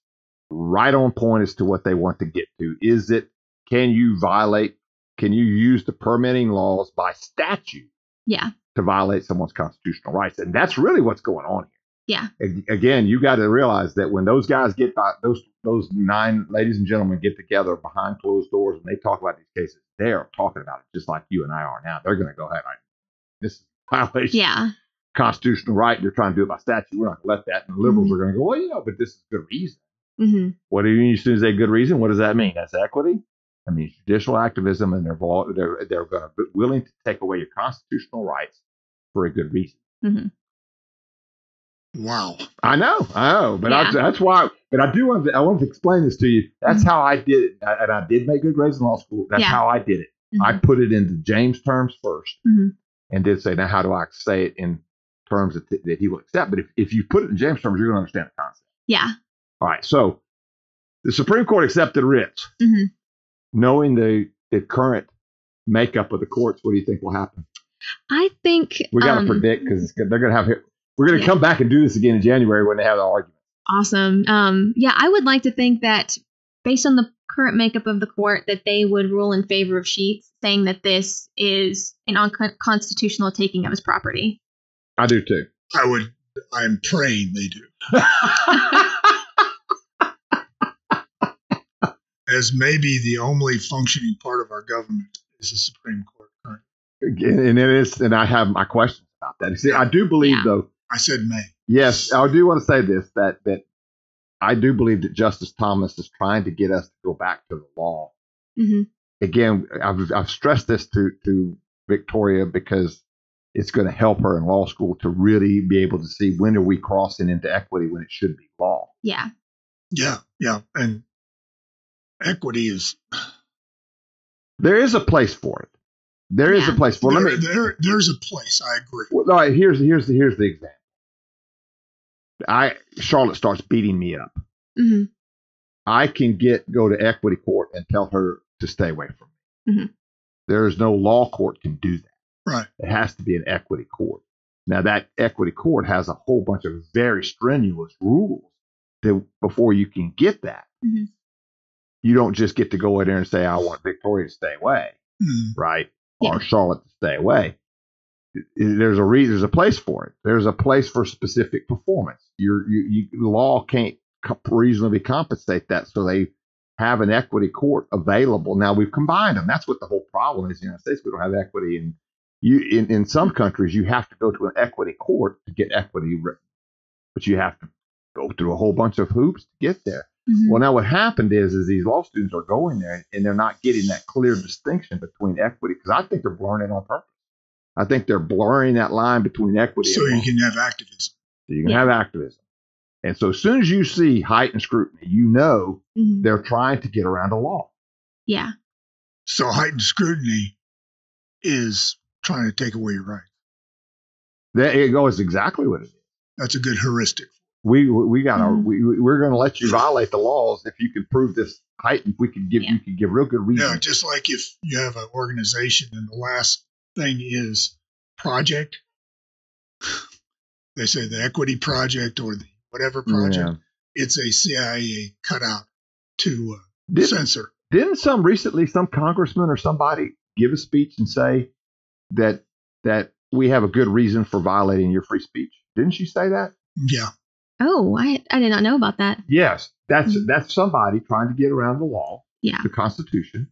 right on point as to what they want to get to. Is it can you violate can you use the permitting laws by statute
Yeah.
to violate someone's constitutional rights? And that's really what's going on here.
Yeah.
A- Again, you got to realize that when those guys get by, those those nine ladies and gentlemen get together behind closed doors and they talk about these cases, they are talking about it just like you and I are now. They're going to go ahead. Like, this is a violation
Yeah.
of constitutional right. They're trying to do it by statute. We're not going to let that. And the liberals are going to go, well, you know, but this is good reason.
hmm
What do you mean? As soon as they good reason, what does that mean? That's equity. I mean, judicial activism, and they're vol- they're they're going to be willing to take away your constitutional rights for a good reason.
Wow.
I know, I know, but I,
Yeah. Mm-hmm.
that's why. But I do want to, I want to explain this to you. That's how I did it, I- and I did make good grades in law school. That's
Yeah. Mm-hmm.
how I did it. I put it into James terms 1st
Mhm.
and did say, now how do I say it in terms that, that he will accept? But if, if you put it in James terms, you're going to understand the concept.
Yeah.
All right. So the Supreme Court accepted writs.
Mhm.
Knowing the, the current makeup of the courts, what do you think will happen?
I think
We got to
um,
predict because they're going to have. We're going to
Yeah.
come back and do this again in January when they have the argument.
awesome. Um, yeah, I would like to think that based on the current makeup of the court, that they would rule in favor of Sheets, saying that this is an unconstitutional taking of his property.
I do too.
I would. I'm praying they do. As maybe the only functioning part of our government is the Supreme Court. currently.
Again, and it is, and I have my questions about that. See, I do believe
Yeah.
though.
I said may.
Yes, I do want to say this that that I do believe that Justice Thomas is trying to get us to go back to the law
hmm
again. I've I've stressed this to to Victoria because it's going to help her in law school to really be able to see when are we crossing into equity when it should be law.
Yeah.
Yeah, yeah. And equity is
There is a place for it. There is
Yeah.
a place for. it.
there,
Let me.
there. There's a place. I agree.
Well, all right, here's here's the here's the example. I Charlotte starts beating me up.
hmm
I can get go to equity court and tell her to stay away from me.
Mhm.
There is no law court can do that.
Right.
It has to be an equity court. Now that equity court has a whole bunch of very strenuous rules that before you can get that,
Mhm.
you don't just get to go in there and say, I want Victoria to stay away,
Hmm.
right?
Yeah.
Or Charlotte to stay away. There's a reason. There's a place for it. There's a place for specific performance. Your you, you, law can't co- reasonably compensate that, so they have an equity court available. Now we've combined them. That's what the whole problem is. In the United States, we don't have equity, and you in, in some countries you have to go to an equity court to get equity, re- but you have to go through a whole bunch of hoops to get there.
Mm-hmm.
Well, now what happened is, is these law students are going there and they're not getting that clear distinction between equity because I think they're blurring it on purpose. I think they're blurring that line between equity.
So
and law.
you can have activism.
so you can
Yeah.
have activism. And so as soon as you see heightened scrutiny, you know
hmm
they're trying to get around a law.
Yeah.
So heightened scrutiny is trying to take away your right.
That it goes exactly what it is.
That's a good heuristic.
We we got to
Mhm.
we we- we're going to let you violate the laws if you can prove this heightened. We can give
Yeah.
you can give real good
Yeah,
reasons.
just like if you have an organization and the last thing is project. They say the equity project or the whatever project.
Yeah.
It's a CIA cutout to uh,
Didn't-
censor.
didn't some recently some congressman or somebody give a speech and say that that we have a good reason for violating your free speech didn't she say that
Yeah,
Oh, I I did not know about that.
yes that's
Mhm.
that's somebody trying to get around the law
Yeah.
the constitution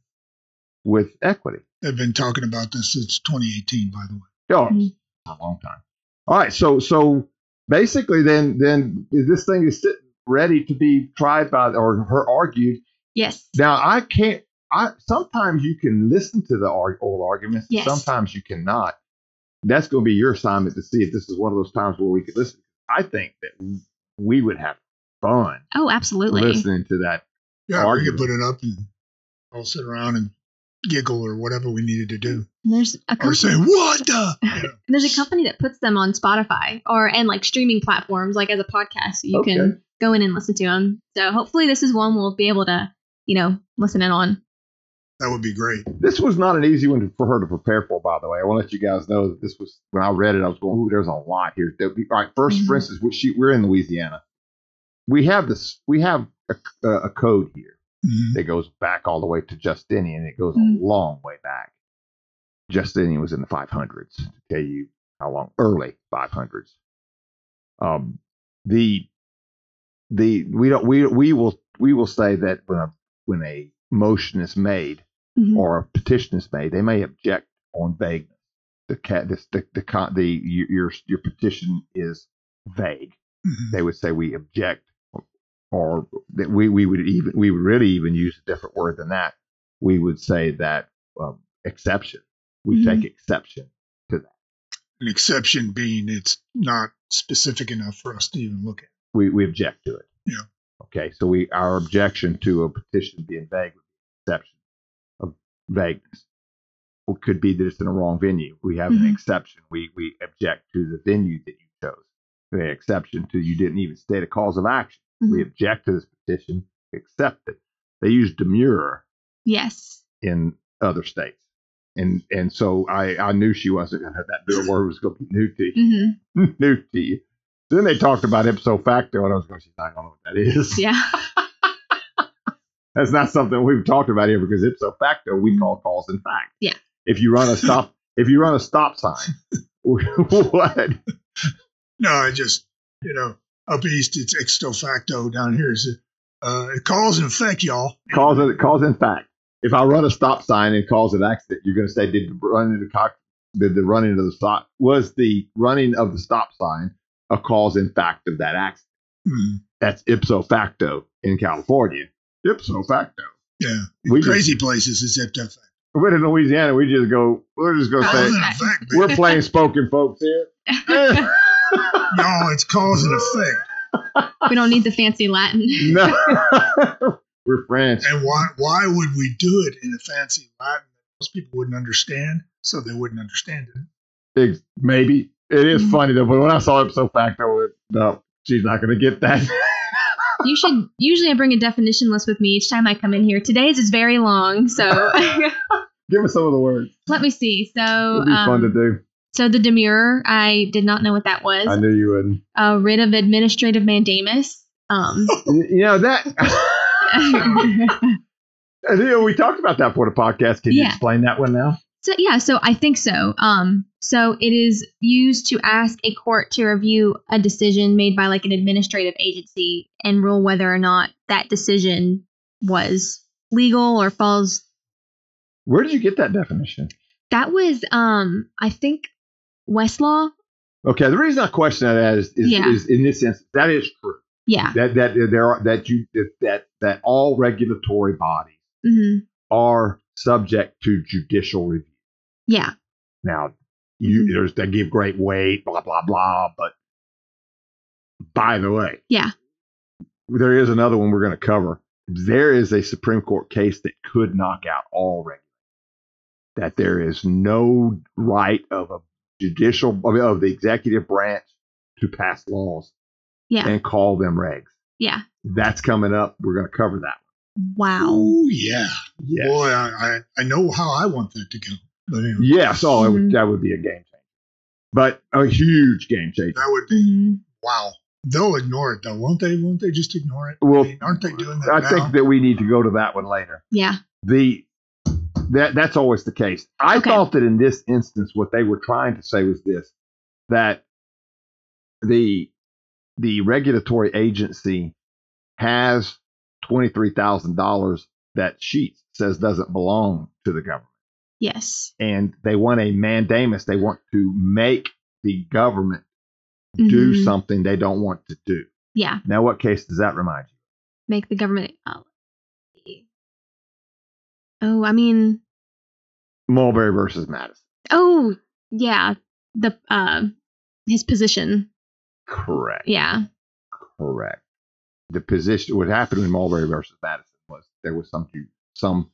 with equity
they've been talking about this since 2018, by the way.
oh,
Mhm.
for a long time all right so so basically then then this thing is sit- ready to be tried by or her argued
Yes.
Now I can't. I sometimes you can listen to the ar- old arguments. and
Yes.
Sometimes you cannot. That's going to be your assignment to see if this is one of those times where we could listen. I think that we would have fun
Oh, absolutely.
listening to that.
Yeah,
Argument.
we could put it up and all sit around and giggle or whatever we needed to do,
And there's a
or
company,
say what the. You know,
there's a company that puts them on Spotify or and like streaming platforms, like as a podcast. You
Okay.
can go in and listen to them. So hopefully, this is one we'll be able to, you know, listen in on.
that would be great.
This was not an easy one for her to prepare for. By the way, I want to let you guys know that this was when I read it. I was going, "Ooh, there's a lot here." There'll be- All right, 1st for
Mhm.
instance, we she, we're in Louisiana. We have this. We have a, a a code here.
Mhm.
that goes back all the way to Justinian. It goes
Mm.
a long way back. Justinian was in the 500s. To tell you how long, early 500s. Um, the the we don't we we will we will say that when a when a motion is made
Mhm.
or a petition is made, they may object on vagueness. The cat this the the, con- the your your petition is vague.
Mhm.
They would say we object, or that we we would even we would really even use a different word than that. We would say that um, exception. We
Mhm.
take exception.
An exception being it's not specific enough for us to even look at.
we, we object to it.
Yeah.
Okay, so we our objection to a petition being vague with the exception of vagueness. Well, could be that it's in the wrong venue. We have an
Mhm.
exception. We we object to the venue that you chose. The exception to you didn't even state a cause of action. We
Mhm.
object to this petition, accept it. They use demure
Yes.
in other states. And and so I, I knew she wasn't gonna that bill word was gonna be new to you
hmm
new to you. Then they talked about ipso facto, and I was going, she's not going to know what that is.
Yeah.
That's not something we've talked about here because ipso facto we call cause and fact.
Mm-hmm. Yeah.
If you run a stop, if you run a stop sign, what?
No, I just, you know, up east it's ex facto. Down here is uh, it calls and fact, y'all.
Cause and cause and fact. If I run a stop sign and cause an accident, you're going to say, did the run into cock? Did the running of the stop was the running of the stop sign a cause and fact of that accident?
Hmm.
That's ipso facto in California. Ipso facto.
Yeah.
We just-
Crazy places is ipso facto.
We're in Louisiana. We just go. We're just going to
Cause
say
Calls
and
and effect,
we're
baby.
playing spoken folks here. Eh,
no, it's cause and effect.
we don't need the fancy Latin.
no, we're French.
And why why would we do it in a fancy Latin that most people wouldn't understand? So they wouldn't understand it.
Ex- Maybe it is
Mhm.
funny though. But when I saw it so facto, it- no, she's not going to get that.
You should. Usually, I bring a definition list with me each time I come in here. Today's is very long, so
Give us some of the words.
let me see. So,
It'd be fun to
um,
do.
so the demure, I did not know what that
I
was.
knew you wouldn't.
A writ of administrative mandamus. Um,
Y- You know that. And, you know, we talked about that for the podcast. Can you
Yeah.
explain that one now?
So yeah, so I think so. Um, so it is used to ask a court to review a decision made by like an administrative agency and rule whether or not that decision was legal or falls.
Where did you get that definition?
That was um, I think Westlaw.
Okay, the reason I question that is is,
Yeah.
is in this sense that is true.
Yeah.
that that there are that you that that all regulatory bodies
hmm
are subject to judicial review.
Yeah.
Now, you
Mhm.
there's they give great weight, blah blah blah. But by the way,
Yeah.
there is another one we're going to cover. There is a Supreme Court case that could knock out all regulation. That there is no right of a judicial I mean, of the executive branch to pass laws
Yeah.
and call them regs.
Yeah.
That's coming up. We're going to cover that.
Wow.
Oh yeah.
one. Yes.
Boy, I, I, I know how I want that to go. But anyway,
Yes. Oh, it would,
Mhm.
that would be a game changer. But a huge game changer.
that would be
Mhm.
wow. They'll ignore it though, won't they? Won't they just ignore it?
Well,
I mean, aren't they doing that
I
now?
think that we need to go to that one later.
Yeah.
The that that's always the case. I
Okay.
thought that in this instance, what they were trying to say was this: that the the regulatory agency has twenty three thousand dollars that Sheets says doesn't belong to the government.
Yes.
and they want a mandamus. They want to make the government do
Mhm.
something they don't want to do.
Yeah.
Now, what case does that remind you?
Make the government. Oh, let's see. oh I mean,
Mulberry versus Madison.
oh yeah, the uh, his position.
Correct.
Yeah.
Correct. The position, what happened in Mulberry versus Madison was there was some some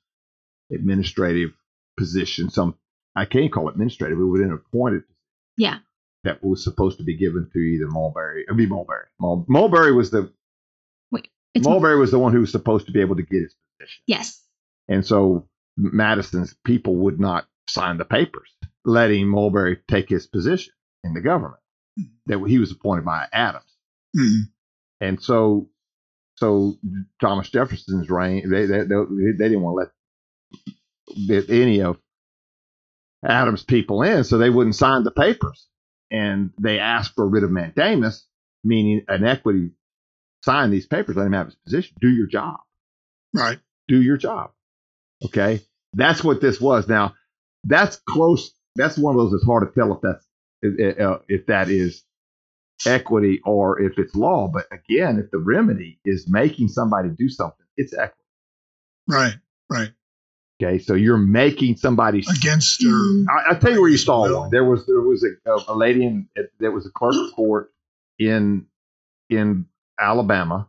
administrative position, some I can't call it administrative. It was an appointed.
Yeah.
That was supposed to be given to either Mulberry. It'd be Mulberry. Mul- Mulberry was the
It's,
Mulberry was the one who was supposed to be able to get his
yes.
And so Madison's people would not sign the papers, letting Mulberry take his position in the government
Hmm.
that he was appointed by Adams.
Mhm.
And so, so Thomas Jefferson's reign, they they, they, they didn't want to let any of Adams' people in, so they wouldn't sign the papers, and they asked for a writ of mandamus. meaning an equity, sign these papers, let him have his position. Do your job.
Right.
Do your job. Okay. That's what this was. Now, that's close. That's one of those that's hard to tell if that's if, uh, if that is equity or if it's law. But again, if the remedy is making somebody do something, it's equity.
Right. Right.
Okay, so you're making somebody.
Against their
Mm-hmm.
I, I'll tell you where you saw one. There was there was a, a lady in that was a clerk of court in in Alabama.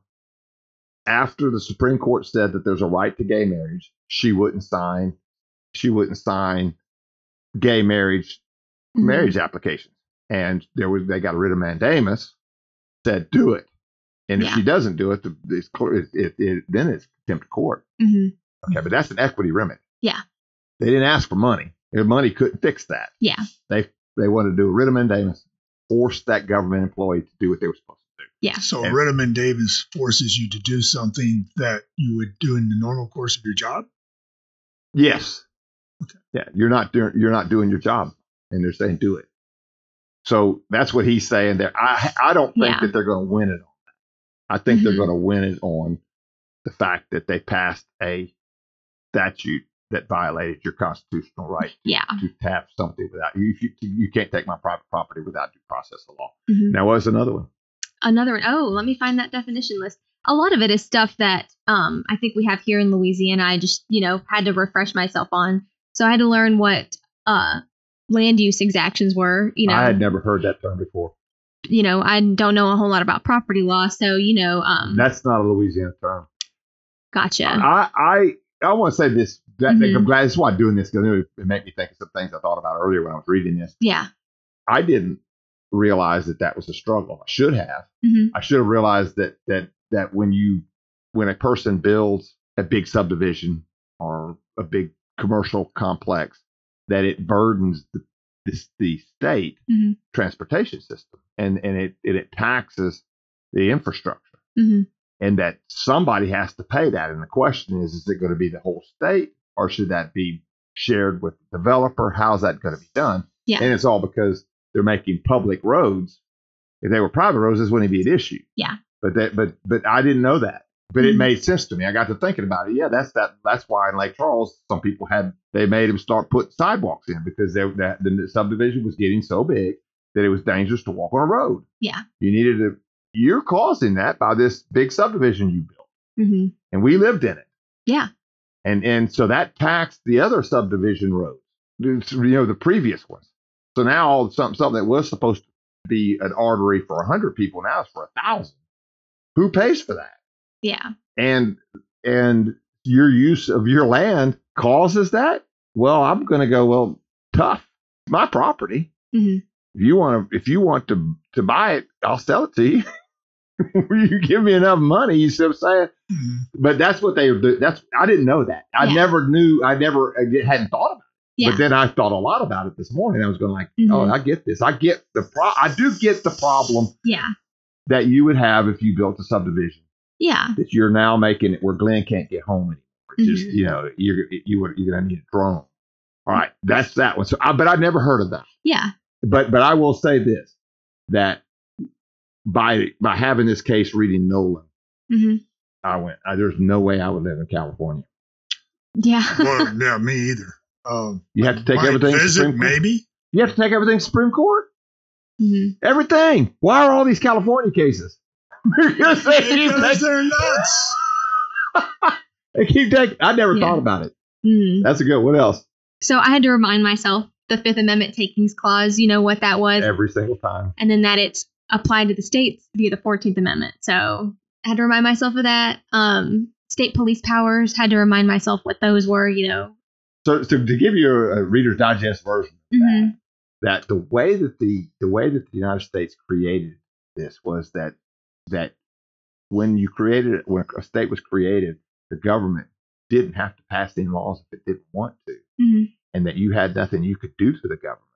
After the Supreme Court said that there's a right to gay marriage, she wouldn't sign. She wouldn't sign gay marriage
Mm-hmm.
marriage applications, and there was they got rid of mandamus. Said do it, and if
Yeah.
she doesn't do it, the, it's, clear- it, it, it, then it's contempt of court.
hmm
Okay, but that's an equity remedy.
Yeah.
They didn't ask for money. Their money couldn't fix that.
Yeah.
They they wanted to do a writ of mandamus, force that government employee to do what they were supposed to do.
So
And-
Redmond Davis forces you to do something that you would do in the normal course of your job.
Yes. Yeah, you're not doing you're not doing your job, and they're saying do it. So that's what he's saying there. I I don't think
Yeah.
that they're going to win it on that. I think they're
Mhm.
going to win it on the fact that they passed a statute that violated your constitutional right
Yeah.
to have something without you. You, you can't take my private property without due process of law.
Mhm.
Now, what was another one?
Another one. Oh, let me find that definition list. A lot of it is stuff that um, I think we have here in Louisiana. I just, you know, had to refresh myself on. So I had to learn what uh, land use exactions were. You know,
I had never heard that term before.
you know, I don't know a whole lot about property law. So you know, um,
That's not a Louisiana term.
gotcha.
I I, I want to say this. That,
Mhm.
I'm glad that's why I'm doing this because it, would- it made me think of some things I thought about earlier when I was reading this.
yeah.
I didn't realize that that was a struggle. I should have.
Mhm.
I should have realized that that that when you when a person builds a big subdivision or a big commercial complex, that it burdens the the, the state
Mhm.
transportation system and and it and it taxes the infrastructure
hmm
and that somebody has to pay that. And the question is, is it going to be the whole state or should that be shared with the developer? How's that going to be done?
Yeah.
And it's all because they're making public roads. If they were private roads, this wouldn't be an issue.
Yeah.
But that, but, but I didn't know that. But it
Mhm.
made sense to me. I got to thinking about it. Yeah, that's that. That's why in Lake Charles, some people had they made them start putting sidewalks in because they, that the subdivision was getting so big that it was dangerous to walk on a road.
Yeah.
You needed to you're causing that by this big subdivision you built.
hmm
And we lived in it.
Yeah.
And and so that taxed the other subdivision roads, It's, you know, the previous ones. So now all something something that was supposed to be an artery for hundred people now is for a thousand. Who pays for that?
Yeah.
And and your use of your land causes that? Well, I'm gonna go, well, tough. My property
hmm
if you want to if you want to to buy it, I'll sell it to you. you give me enough money, you see what I'm saying?
Mhm.
But that's what they do. That's I didn't know that. I
Yeah.
never knew. I never I di- hadn't thought about it.
Yeah.
But then I thought a lot about it this morning. I was going like, oh,
Mhm.
I get this. I get the pro. I do get the problem
Yeah.
that you would have if you built a subdivision
Yeah.
that you're now making it where Glenn can't get home anymore. Just
Mm-hmm.
Mhm.
you know, you're you would you're gonna need a drone. All right, that's that one. So, I, but I've never heard of that
Yeah.
but but I will say this that by by having this case reading Nolan,
hmm
I went I, there's no way I would live in California.
Yeah.
well, yeah, me either. Um,
You have to take
might
everything to
visit,
Supreme Court.
maybe.
You have to take everything to Supreme Court.
hmm
Everything. Why are all these California cases? because they keep,
Because
taking-
they're nuts.
they keep taking. I never
Yeah.
thought about it.
hmm
That's a good. What else?
So I had to remind myself the Fifth Amendment takings clause, you know what that was,
Every single time.
and then that it's applied to the states via the 14th Amendment. So I had to remind myself of that. Um, state police powers, had to remind myself what those were, you know.
So, so to give you a, a Reader's Digest version,
hmm
that the way that the the way that the United States created this was that that when you created it, when a state was created, the government didn't have to pass any laws if it didn't want to,
hmm
and that you had nothing you could do to the government,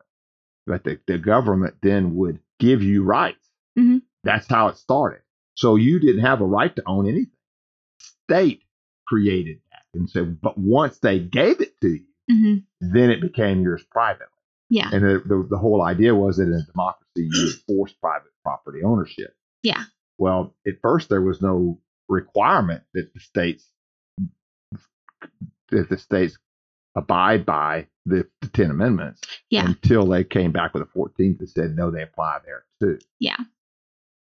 but the, the government then would give you rights.
Mhm.
That's how it started. So you didn't have a right to own anything. State created that, and so but once they gave it to you,
hmm
then it became yours privately.
Yeah.
And the, the, the whole idea was that in a democracy, you would force private property ownership.
Yeah.
Well, at first there was no requirement that the states that the states abide by the, the ten amendments
Yeah.
until they came back with the fourteenth and said no, they apply there too.
Yeah.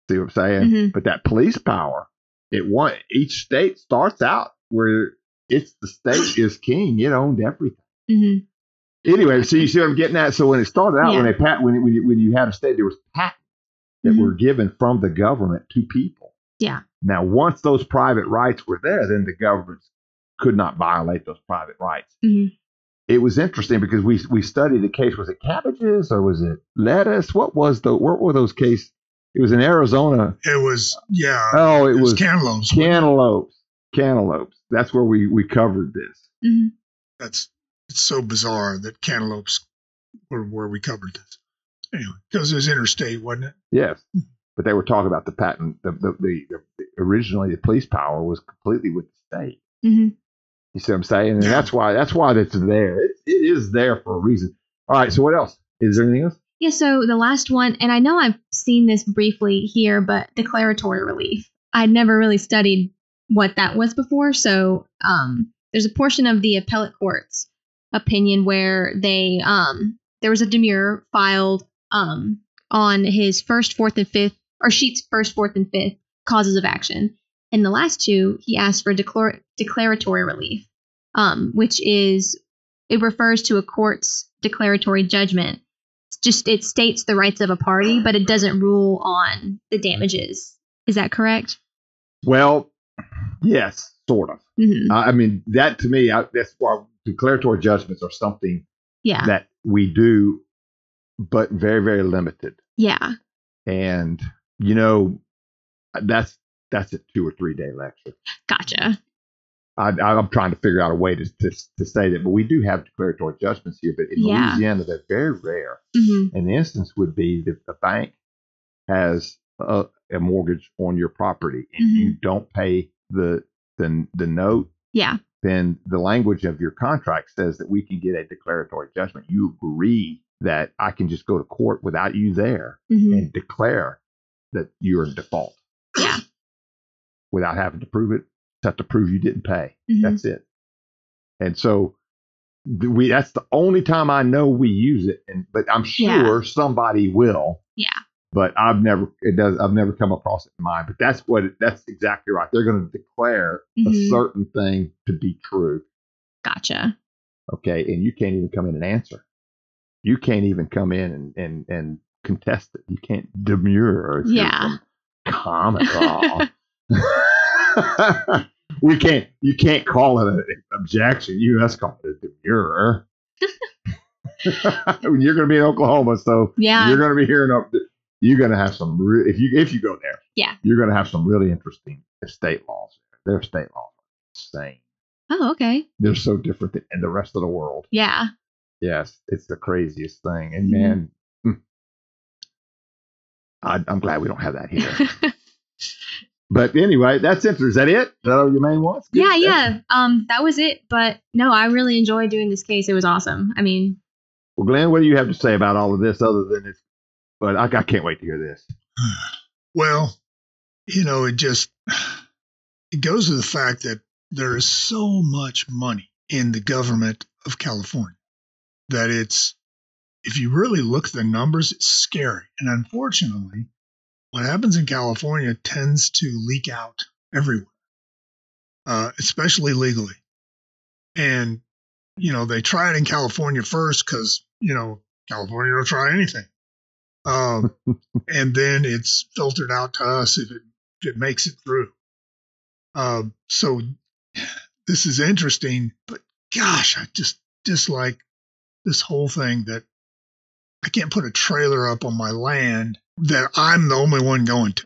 See what I'm saying?
Mhm.
But that police power, it one each state starts out where it's the state is king. It owned everything.
hmm
Anyway, so you see what I'm getting at. So when it started out,
Yeah.
when they pat, when when you, when you had a state, there was patents that
Mhm.
were given from the government to people.
Yeah.
Now, once those private rights were there, then the government could not violate those private rights.
Mhm.
It was interesting because we we studied the case. Was it cabbages or was it lettuce? What was the what were those cases? It was in Arizona.
It was yeah.
Oh,
it,
it
was,
was
cantaloupes.
cantaloupes. Cantaloupes. That's where we we covered this.
hmm
That's it's so bizarre that cantaloupes were where we covered this. Anyway, because it was interstate, wasn't it?
Yes, but they were talking about the patent. The, the, the, the originally the police power was completely with the state.
hmm
You see what I'm saying? And
Yeah.
that's why that's why that's there. It, it is there for a reason. All right. So what else? Is there anything else?
Yeah, so the last one, and I know I've seen this briefly here, but declaratory relief. I'd never really studied what that was before, so um, there's a portion of the appellate court's opinion where they um, there was a demurrer filed um, on his first, fourth, and fifth, or sheets first, fourth, and fifth causes of action. And the last two, he asked for declar- declaratory relief, um, which is it refers to a court's declaratory judgment it's just it states the rights of a party, but it doesn't rule on
Mm-hmm.
the damages. Is that correct?
Well, yes, sort of.
hmm
I I mean, that to me, I, that's why declaratory judgments are something
Yeah,
that we do, but very very limited.
yeah,
And you know, that's that's a two or three day lecture.
gotcha.
I, I'm trying to figure out a way to, to, to say that, but we do have declaratory judgments here. But in
Yeah.
Louisiana, they're very rare.
hmm
An instance would be that the bank has a, a mortgage on your property and
Mm-hmm.
you don't pay the, the the note,
Yeah,
then the language of your contract says that we can get a declaratory judgment. You agree that I can just go to court without you there
hmm
and declare that you're in default.
Yeah.
Without having to prove it, just have to prove you didn't pay.
hmm
That's it. And so th- we that's the only time I know we use it and but I'm
Yeah.
sure somebody will.
Yeah.
But I've never it does I've never come across it in mine. But that's what it, that's exactly right. They're gonna declare a
Mhm.
certain thing to be true.
gotcha.
Okay. And you can't even come in and answer. You can't even come in and and, and contest it. You can't demur if
Yeah.
you're from Comic Con. we can't you can't call it an objection. You must call it a demur. you're gonna be in Oklahoma, so
Yeah,
you're gonna be hearing up you're gonna have some re- if you if you go there,
Yeah.
you're gonna have some really interesting state laws. Their state laws are insane.
oh, okay.
They're so different than the rest of the world.
Yeah,
Yes, it's the craziest thing. And
Mhm.
man, mm, I, I'm glad we don't have that here. but anyway, that's it. Is that it? Is that all your main ones? Good.
yeah,
That's-
yeah. Um, that was it. But no, I really enjoyed doing this case. It was awesome. I mean,
Well, Glenn, what do you have to say about all of this other than it's, but I, I can't wait to hear this.
Well, you know, it just it goes to the fact that there is so much money in the government of California that it's if you really look at the numbers, it's scary. And unfortunately, what happens in California tends to leak out everywhere, uh, especially legally. And you know, they try it in California first because you know California will try anything. Um, and then it's filtered out to us if it, if it makes it through. Um, so this is interesting, but gosh, I just dislike this whole thing that I can't put a trailer up on my land that I'm the only one going to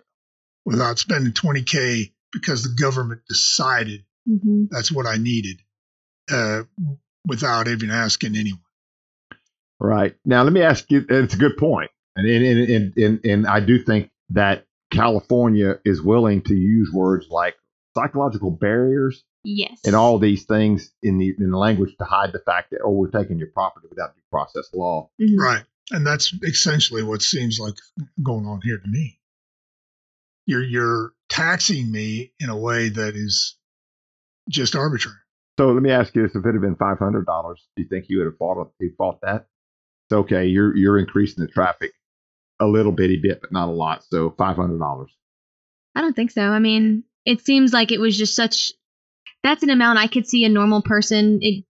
without spending 20K because the government decided
Mm-hmm.
hmm
that's what I needed uh, without even asking anyone.
Right. Now, let me ask you, and it's a good point. And, and, and, and, and, and I do think that California is willing to use words like psychological barriers
yes.
and all these things in the in the language to hide the fact that oh we're taking your property without due process law.
Mhm.
Right. And that's essentially what seems like going on here to me. you're you're taxing me in a way that is just arbitrary.
So let me ask you this: If it had been five hundred dollars, do you think you would have bought it? You bought that? It's okay. You're you're increasing the traffic a little bitty bit, but not a lot. So five hundred dollars.
I don't think so. I mean, it seems like it was just such. That's an amount I could see a normal person. It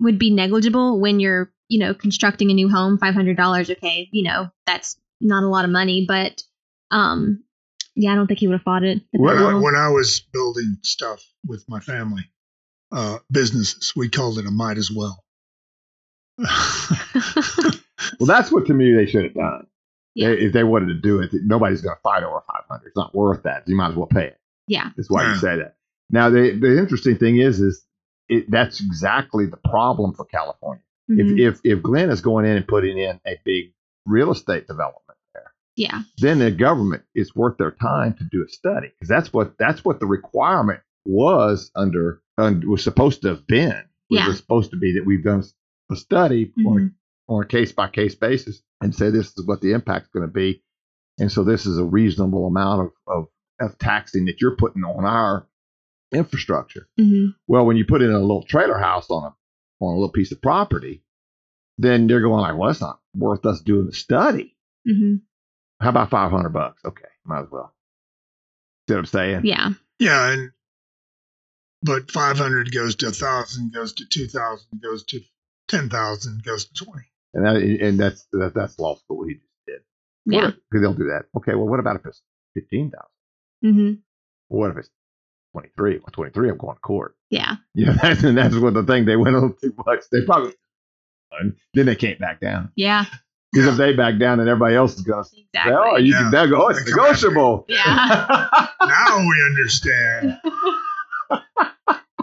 would be negligible when you're, you know, constructing a new home. Five hundred dollars, okay, you know, that's not a lot of money, but, um, yeah, I don't think he would have bought it.
When I,
Um,
when I was building stuff with my family, uh, businesses, we called it a might as well.
Well, that's what to me they should have done.
Yeah.
They- if they wanted to do it, nobody's going to fight over five hundred. It's not worth that. You might as well pay it.
Yeah.
That's why you
Yeah.
say that. Now, the the interesting thing is, is it, that's exactly the problem for California.
mhm.
If, if if Glenn is going in and putting in a big real estate development there,
yeah.
then the government it's worth their time to do a study because that's what that's what the requirement was under un, was supposed to have been. Was
Yeah. Mm-hmm.
It was supposed to be that we've done a study on, a, on a case by case basis and say this is what the impact's going to be, and so this is a reasonable amount of, of of taxing that you're putting on our infrastructure.
hmm
Well, when you put in a little trailer house on a on a little piece of property, then they're going like, well, that's not worth us doing the study.
hmm
How about five hundred bucks? Okay, might as well. See what I'm saying?
Yeah.
yeah, and but five hundred goes to thousand, goes to two thousand, goes to ten thousand, goes to twenty.
And that and that's that, that's lawful what he just did.
Yeah.
Because they'll do that. Okay, well, what about if it's fifteen thousand?
hmm
What if it's twenty three? Well, twenty three, I'm going to court.
Yeah.
Yeah, that's and that's what the thing they went a little too much. They probably and then they can't back down
Yeah.
because if they back down, then everybody else is going to say,
Exactly.
"Oh, you
Yeah.
can they'll go, oh, it's
They come after you.
negotiable."
yeah.
now we understand.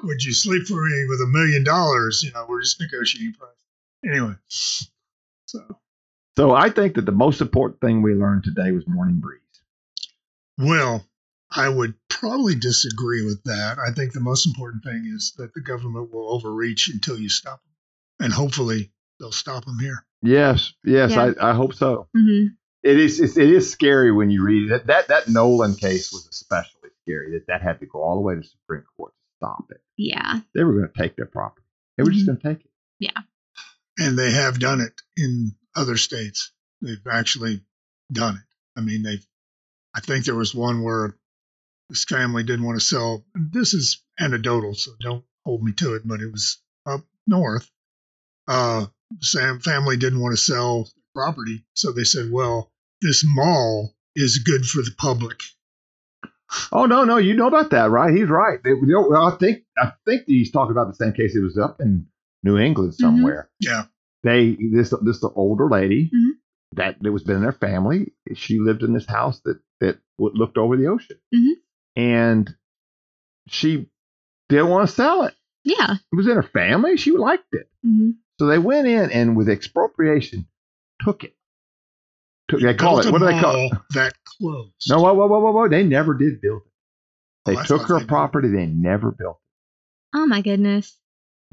Would you sleep for me with a million dollars? You know, we're just negotiating price. Anyway, so
So I think that the most important thing we learned today was morning breeze.
well, I would probably disagree with that. I think the most important thing is that the government will overreach until you stop them, and hopefully they'll stop them here.
Yes, yes,
Yeah.
I, I hope so.
hmm
It is it's, it is scary when you read it. That that Nolan case was especially scary that that had to go all the way to the Supreme Court to stop it.
Yeah.
They were going to take their property. They were just going to take it.
And they have done it in other states. They've actually done it. I mean, they've, I think there was one where this family didn't want to sell. This is anecdotal, so don't hold me to it, but it was up north. Uh, Sam family didn't want to sell property. So they said, well, this mall is good for the public.
Oh no, no, you know about that, right? He's right. They, you know, well, I think I think he's talking about the same case. It was up in New England somewhere.
Yeah.
They this this the older lady
Mhm.
that that was been in their family. She lived in this house that that w- looked over the ocean,
Mhm.
and she didn't want to sell it.
Yeah.
It was in her family. She liked it.
hmm
So they went in and with expropriation took it. Took, they
You
call
built
it
a
what do they call it?
mall That close.
No, whoa, whoa, whoa, whoa, whoa! They never did build it. They
that's
took
what
her
they do.
property. They never built
Oh my goodness.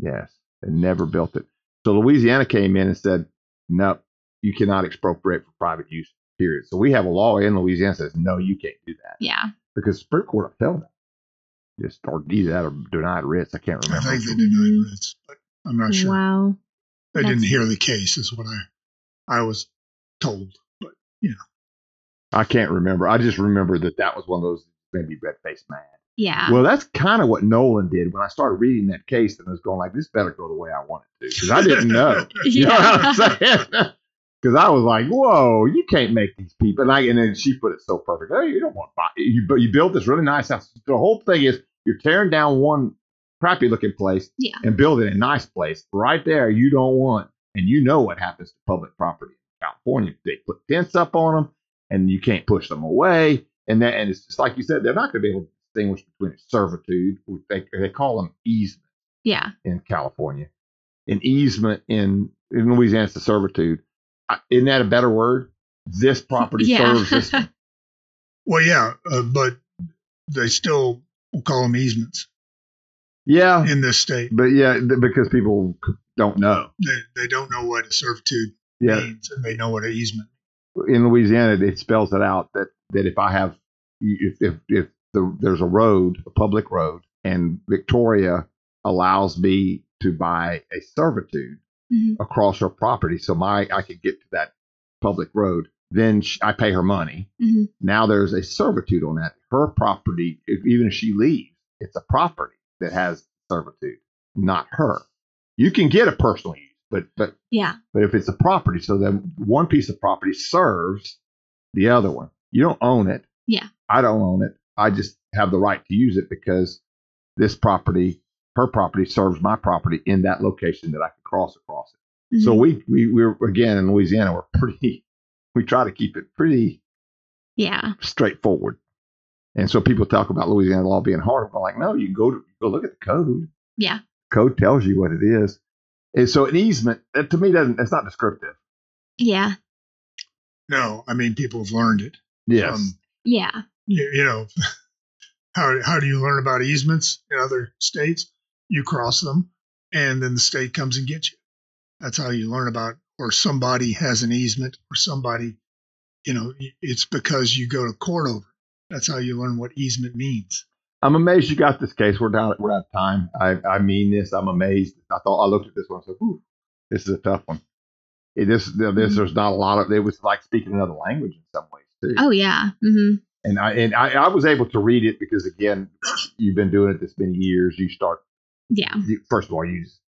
it. Yes, they never built it. So Louisiana came in and said, "No, you cannot expropriate for private use." Period. So we have a law in Louisiana that says, "No, you can't do that."
Yeah.
because Supreme Court upheld it. Just or either that or denied writs. I can't
I
remember.
think they denied it. but I'm not sure.
Wow.
I didn't
That's-
hear the case, is what I I was told. But
I can't remember. I just remember that that was one of those maybe red faced man.
Yeah.
Well, that's kind of what Nolan did when I started reading that case, and I was going like, "This better go the way I want it to," because I didn't know. You know what I'm saying? Because I was like, "Whoa, you can't make these people." And, I, and then she put it so perfect. Hey, you don't want to buy. You but you built this really nice house. The whole thing is you're tearing down one crappy looking place
Yeah.
and building a nice place right there. You don't want, and you know what happens to public property in California. They put tents up on them, and you can't push them away. And that, and it's just like you said, they're not going to be able to distinguish between servitude. which They, they call them easement
yeah.
in California, an easement in, in Louisiana, it's a servitude. I, isn't that a better word? This property
Yeah.
serves this. one.
well, yeah, uh, but they still will call them easements
Yeah,
in this state.
but yeah, th- because people c- don't know.
They they don't know what a servitude
Yeah,
means, and they know what an easement.
in Louisiana, it spells it out that that if I have you- if if, if the, there's a road, a public road, and Victoria allows me to buy a servitude
Mhm.
across her property, so my I could get to that public road. Then sh I pay her money.
Mhm.
Now there's a servitude on that. Her property, if, even if she leaves, it's a property that has servitude, not her. You can get a personal use, but but
Yeah.
but if it's a property, so then one piece of property serves the other one. You don't own it.
Yeah.
I don't own it. I just have the right to use it because this property, her property, serves my property in that location that I can cross across it. So
Mhm.
we, we we're again in Louisiana. We're pretty. We try to keep it pretty
yeah.
straightforward. And so people talk about Louisiana law being hard. I'm like, no, you go to go look at the code.
Yeah.
Code tells you what it is. And so an easement that to me doesn't. That's not descriptive.
Yeah.
No, I mean people have learned it.
Yes.
Um,
Yeah.
you, you know, how how do you learn about easements in other states? You cross them, and then the state comes and gets you. That's how you learn about, or somebody has an easement, or somebody, you know, y- it's because you go to court over. it. That's how you learn what easement means.
I'm amazed you got this case. We're down. We're out of time. I, I mean this. I'm amazed. I thought I looked at this one. I said, "Ooh, this is a tough one." It- This, this,
Mm-hmm.
there's not a lot of. It was like speaking another language in some ways too.
Oh yeah. hmm
And I and I, I was able to read it because again, you've been doing it this many years. You start
Yeah.
you, first of all, you just,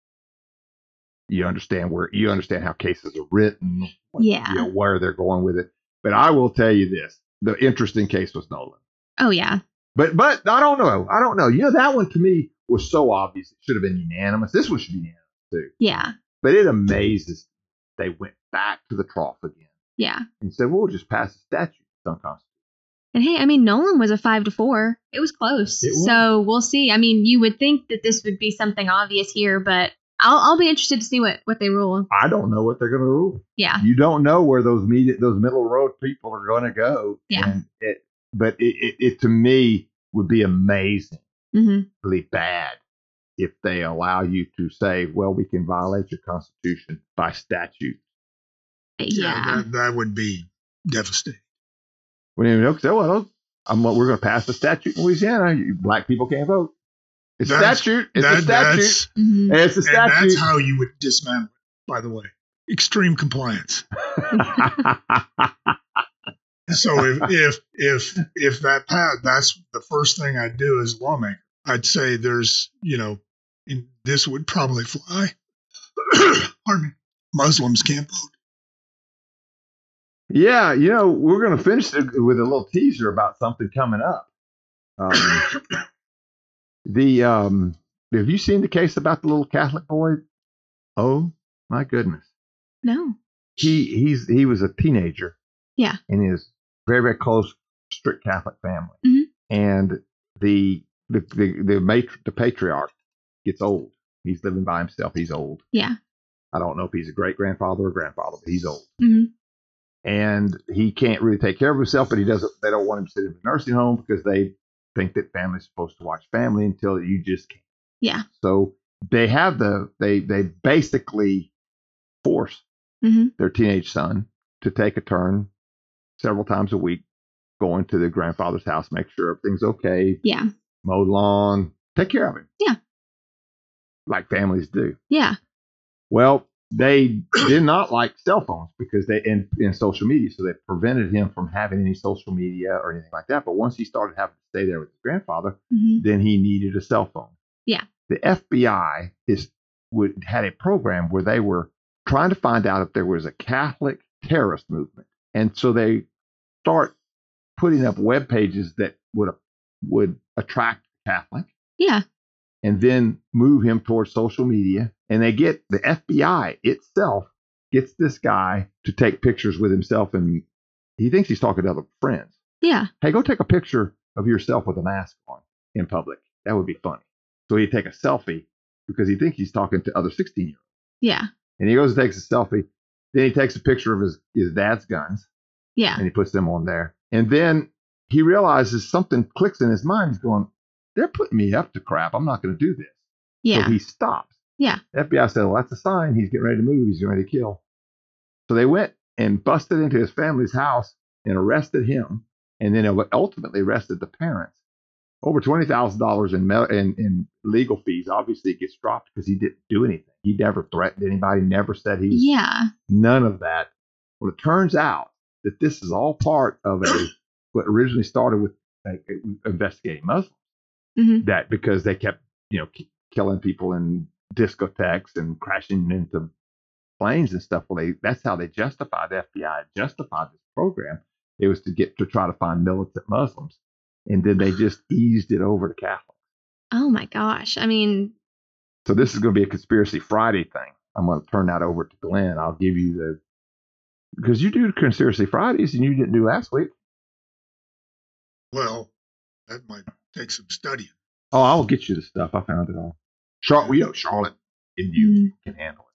you understand where you understand how cases are written. what-
Yeah.
you know, where they're going with it. But I will tell you this: the interesting case was Nolan.
Oh yeah.
But but I don't know. I don't know. You know that one to me was so obvious. It should have been unanimous. This one should be unanimous.
Yeah.
But it amazes they went back to the trough again
Yeah.
and said, "We'll just pass a statute it's unconstitutional."
And hey, I mean, Nolan was a five to four. It was close.
It was.
So we'll see. I mean, you would think that this would be something obvious here, but I'll I'll be interested to see what what they rule.
I don't know what they're going to rule.
Yeah.
You don't know where those media, those middle road people are going to go.
Yeah.
And it, but it, it, it to me would be amazingly
hmm
bad if they allow you to say, "Well, we can violate your constitution by statute."
Yeah.
that, that would be devastating.
We didn't even know. Well, I'm, we're going to pass the statute in Louisiana. You, black people can't vote. It's a
That's-
statute. It's a
That-
statute.
That's,
Mhm.
And it's a
and that's
statute.
how you would dismantle it. By the way, extreme compliance. So if if if if that passed, that's the first thing I'd do as a lawmaker. I'd say there's you know, in, this would probably fly. Pardon me. Muslims can't vote.
yeah, you know, we're going to finish it with a little teaser about something coming up. Um, the um, have you seen the case about the little Catholic boy? Oh my goodness.
No.
he he's he was a teenager.
Yeah.
In his very very close strict Catholic family,
Mhm.
and the the the the, matri- the patriarch gets old. He's living by himself. He's old.
Yeah.
I don't know if he's a great grandfather or grandfather, but he's old,
Mhm.
and he can't really take care of himself. But he doesn't. They don't want him sitting in a nursing home because they think that family's supposed to watch family until you just can't.
Yeah.
So they have the they they basically force
Mhm.
their teenage son to take a turn several times a week, going to the grandfather's house, make sure everything's okay,
Yeah.
mow the lawn, take care of him.
Yeah.
Like families do.
Yeah.
Well, they did not like cell phones because they and, and social media, so they prevented him from having any social media or anything like that. But once he started having to stay there with his grandfather,
hmm
then he needed a cell phone.
Yeah.
The FBI is would had a program where they were trying to find out if there was a Catholic terrorist movement, and so they start putting up web pages that would would attract Catholic,
Yeah.
and then move him towards social media, and they get the FBI itself gets this guy to take pictures with himself, and he thinks he's talking to other friends
Yeah.
hey, go take a picture of yourself with a mask on in public. That would be funny. So he'd take a selfie because he thinks he's talking to other 16 year olds.
Yeah.
And he goes and takes a selfie. Then he takes a picture of his, his dad's guns
Yeah.
and he puts them on there. And then he realizes something clicks in his mind. He's going, they're putting me up to crap. I'm not going to do this.
Yeah.
So he stops.
Yeah.
FBI said, well, that's a sign. He's getting ready to move. He's getting ready to kill. So they went and busted into his family's house and arrested him and then it ultimately rested the parents. Over twenty thousand dollars in in legal fees. Obviously, it gets dropped because he didn't do anything. He never threatened anybody. Never said he. Was,
Yeah.
None of that. Well, it turns out that this is all part of a what originally started with like, uh, investigating Muslims.
Mhm.
That because they kept you know k- killing people in discotheques and crashing into planes and stuff. Well, they, that's how they justified the FBI justified this program. It was to get to try to find militant Muslims, and then they just eased it over to Catholics.
Oh my gosh. I mean,
So this is going to be a conspiracy Friday thing. I'm going to turn that over to Glenn. I'll give you the because you do conspiracy Fridays and you didn't do last week.
Well, that might take some studying.
Oh, I'll get you the stuff. I found it all. Charlotte, you know, Charlotte, and you
Mhm.
can handle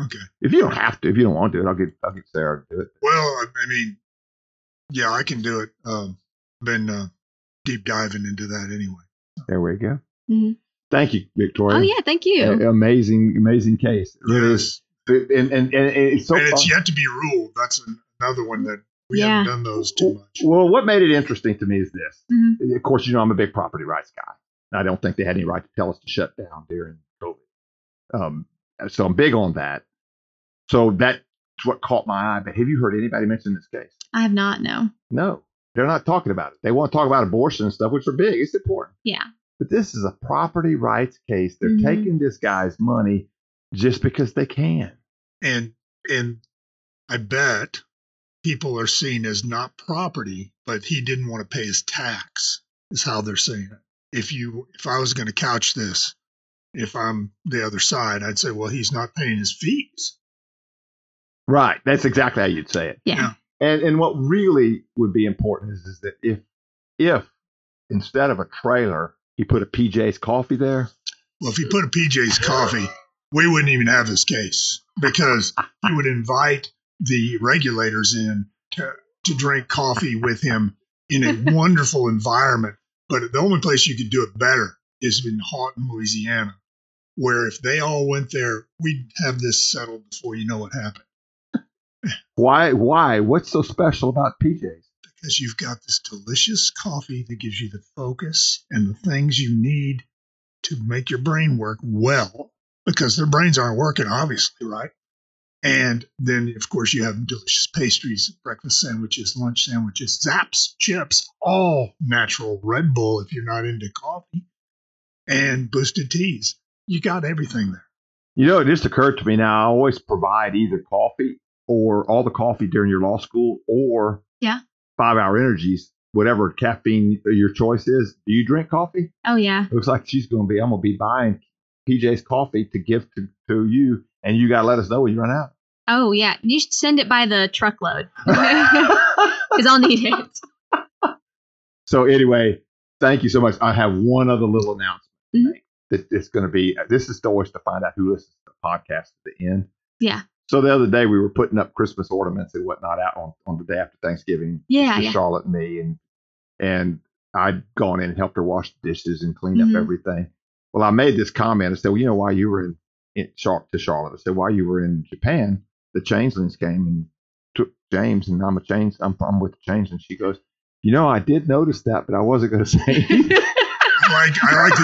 Okay.
it. If you don't have to, if you don't want to, do it, I'll get I'll get Sarah to do it.
Well, I, I mean, yeah, I can do it. Um, been uh, deep diving into that anyway.
There we go.
Mhm.
Thank you, Victoria.
oh yeah, thank you.
A- amazing, amazing case. It really is. And, and, and it's so
and
fun.
it's yet to be ruled. That's an, another one that we
Yeah.
haven't done those too much.
Well, what made it interesting to me is this.
Mhm.
Of course, you know I'm a big property rights guy. I don't think they had any right to tell us to shut down during COVID. Um, so I'm big on that. So that's what caught my eye. But have you heard anybody mention this case?
I have not. No.
No, they're not talking about it. They want to talk about abortion and stuff, which are big. It's important.
Yeah.
But this is a property rights case. They're
Mhm.
taking this guy's money just because they can.
And and I bet people are seen as not property, but he didn't want to pay his tax. Is how they're seeing it. If you if I was going to couch this, if I'm the other side, I'd say, well, he's not paying his fees.
Right. That's exactly how you'd say it.
Yeah.
Yeah.
And and what really would be important is, is that if if instead of a trailer he put a PJ's coffee there,
Well, if he put a PJ's coffee, we wouldn't even have this case because he would invite the regulators in to, to drink coffee with him in a wonderful environment. But the only place you could do it better is in Houghton, Louisiana, where if they all went there, we'd have this settled before you know what happened
why why what's so special about PJ's?
because you've got this delicious coffee that gives you the focus and the things you need to make your brain work well because their brains aren't working, obviously, right? And then, of course, you have delicious pastries, breakfast sandwiches, lunch sandwiches, zaps, chips, all natural Red Bull if you're not into coffee, and boosted teas. You got everything there.
You know, it just occurred to me now. I always provide either coffee or all the coffee during your law school or
Yeah.
five hour energies, whatever caffeine your choice is. Do you drink coffee?
Oh yeah.
Looks like she's going to be. I'm going to be buying PJ's coffee to give to, to you, and you got to let us know when you run out.
Oh yeah. You should send it by the truckload because I'll need it.
So anyway, thank you so much. I have one other little announcement.
Mhm.
That it's going to be. This is always to find out who listens to the podcast at the end.
Yeah.
So the other day we were putting up Christmas ornaments and whatnot out on, on the day after Thanksgiving.
Yeah.
to
Ah, Yeah.
Charlotte and me, and and I'd gone in and helped her wash the dishes and clean
Mhm.
up everything. Well, I made this comment. I said, well, you know, while you were in, in Char- to Charlotte, I said, while you were in Japan, the changelings came and took James, and I'm a change. I'm, I'm with the changelings. She goes, you know, I did notice that, but I wasn't going to say. anything."
I like, I like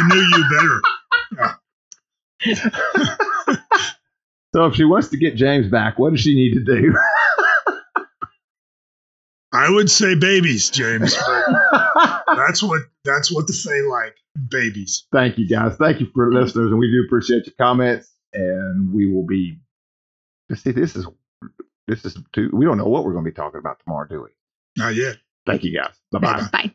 the new you better.
so if she wants to get James back, what does she need to do?
I would say babies, James. That's what that's what the Fae like babies.
Thank you guys. Thank you for listeners, and we do appreciate your comments. And we will be. See, this is this is too. We don't know what we're going to be talking about tomorrow, do we?
Not yet.
Thank you guys. Bye bye.
Bye-bye.
Bye.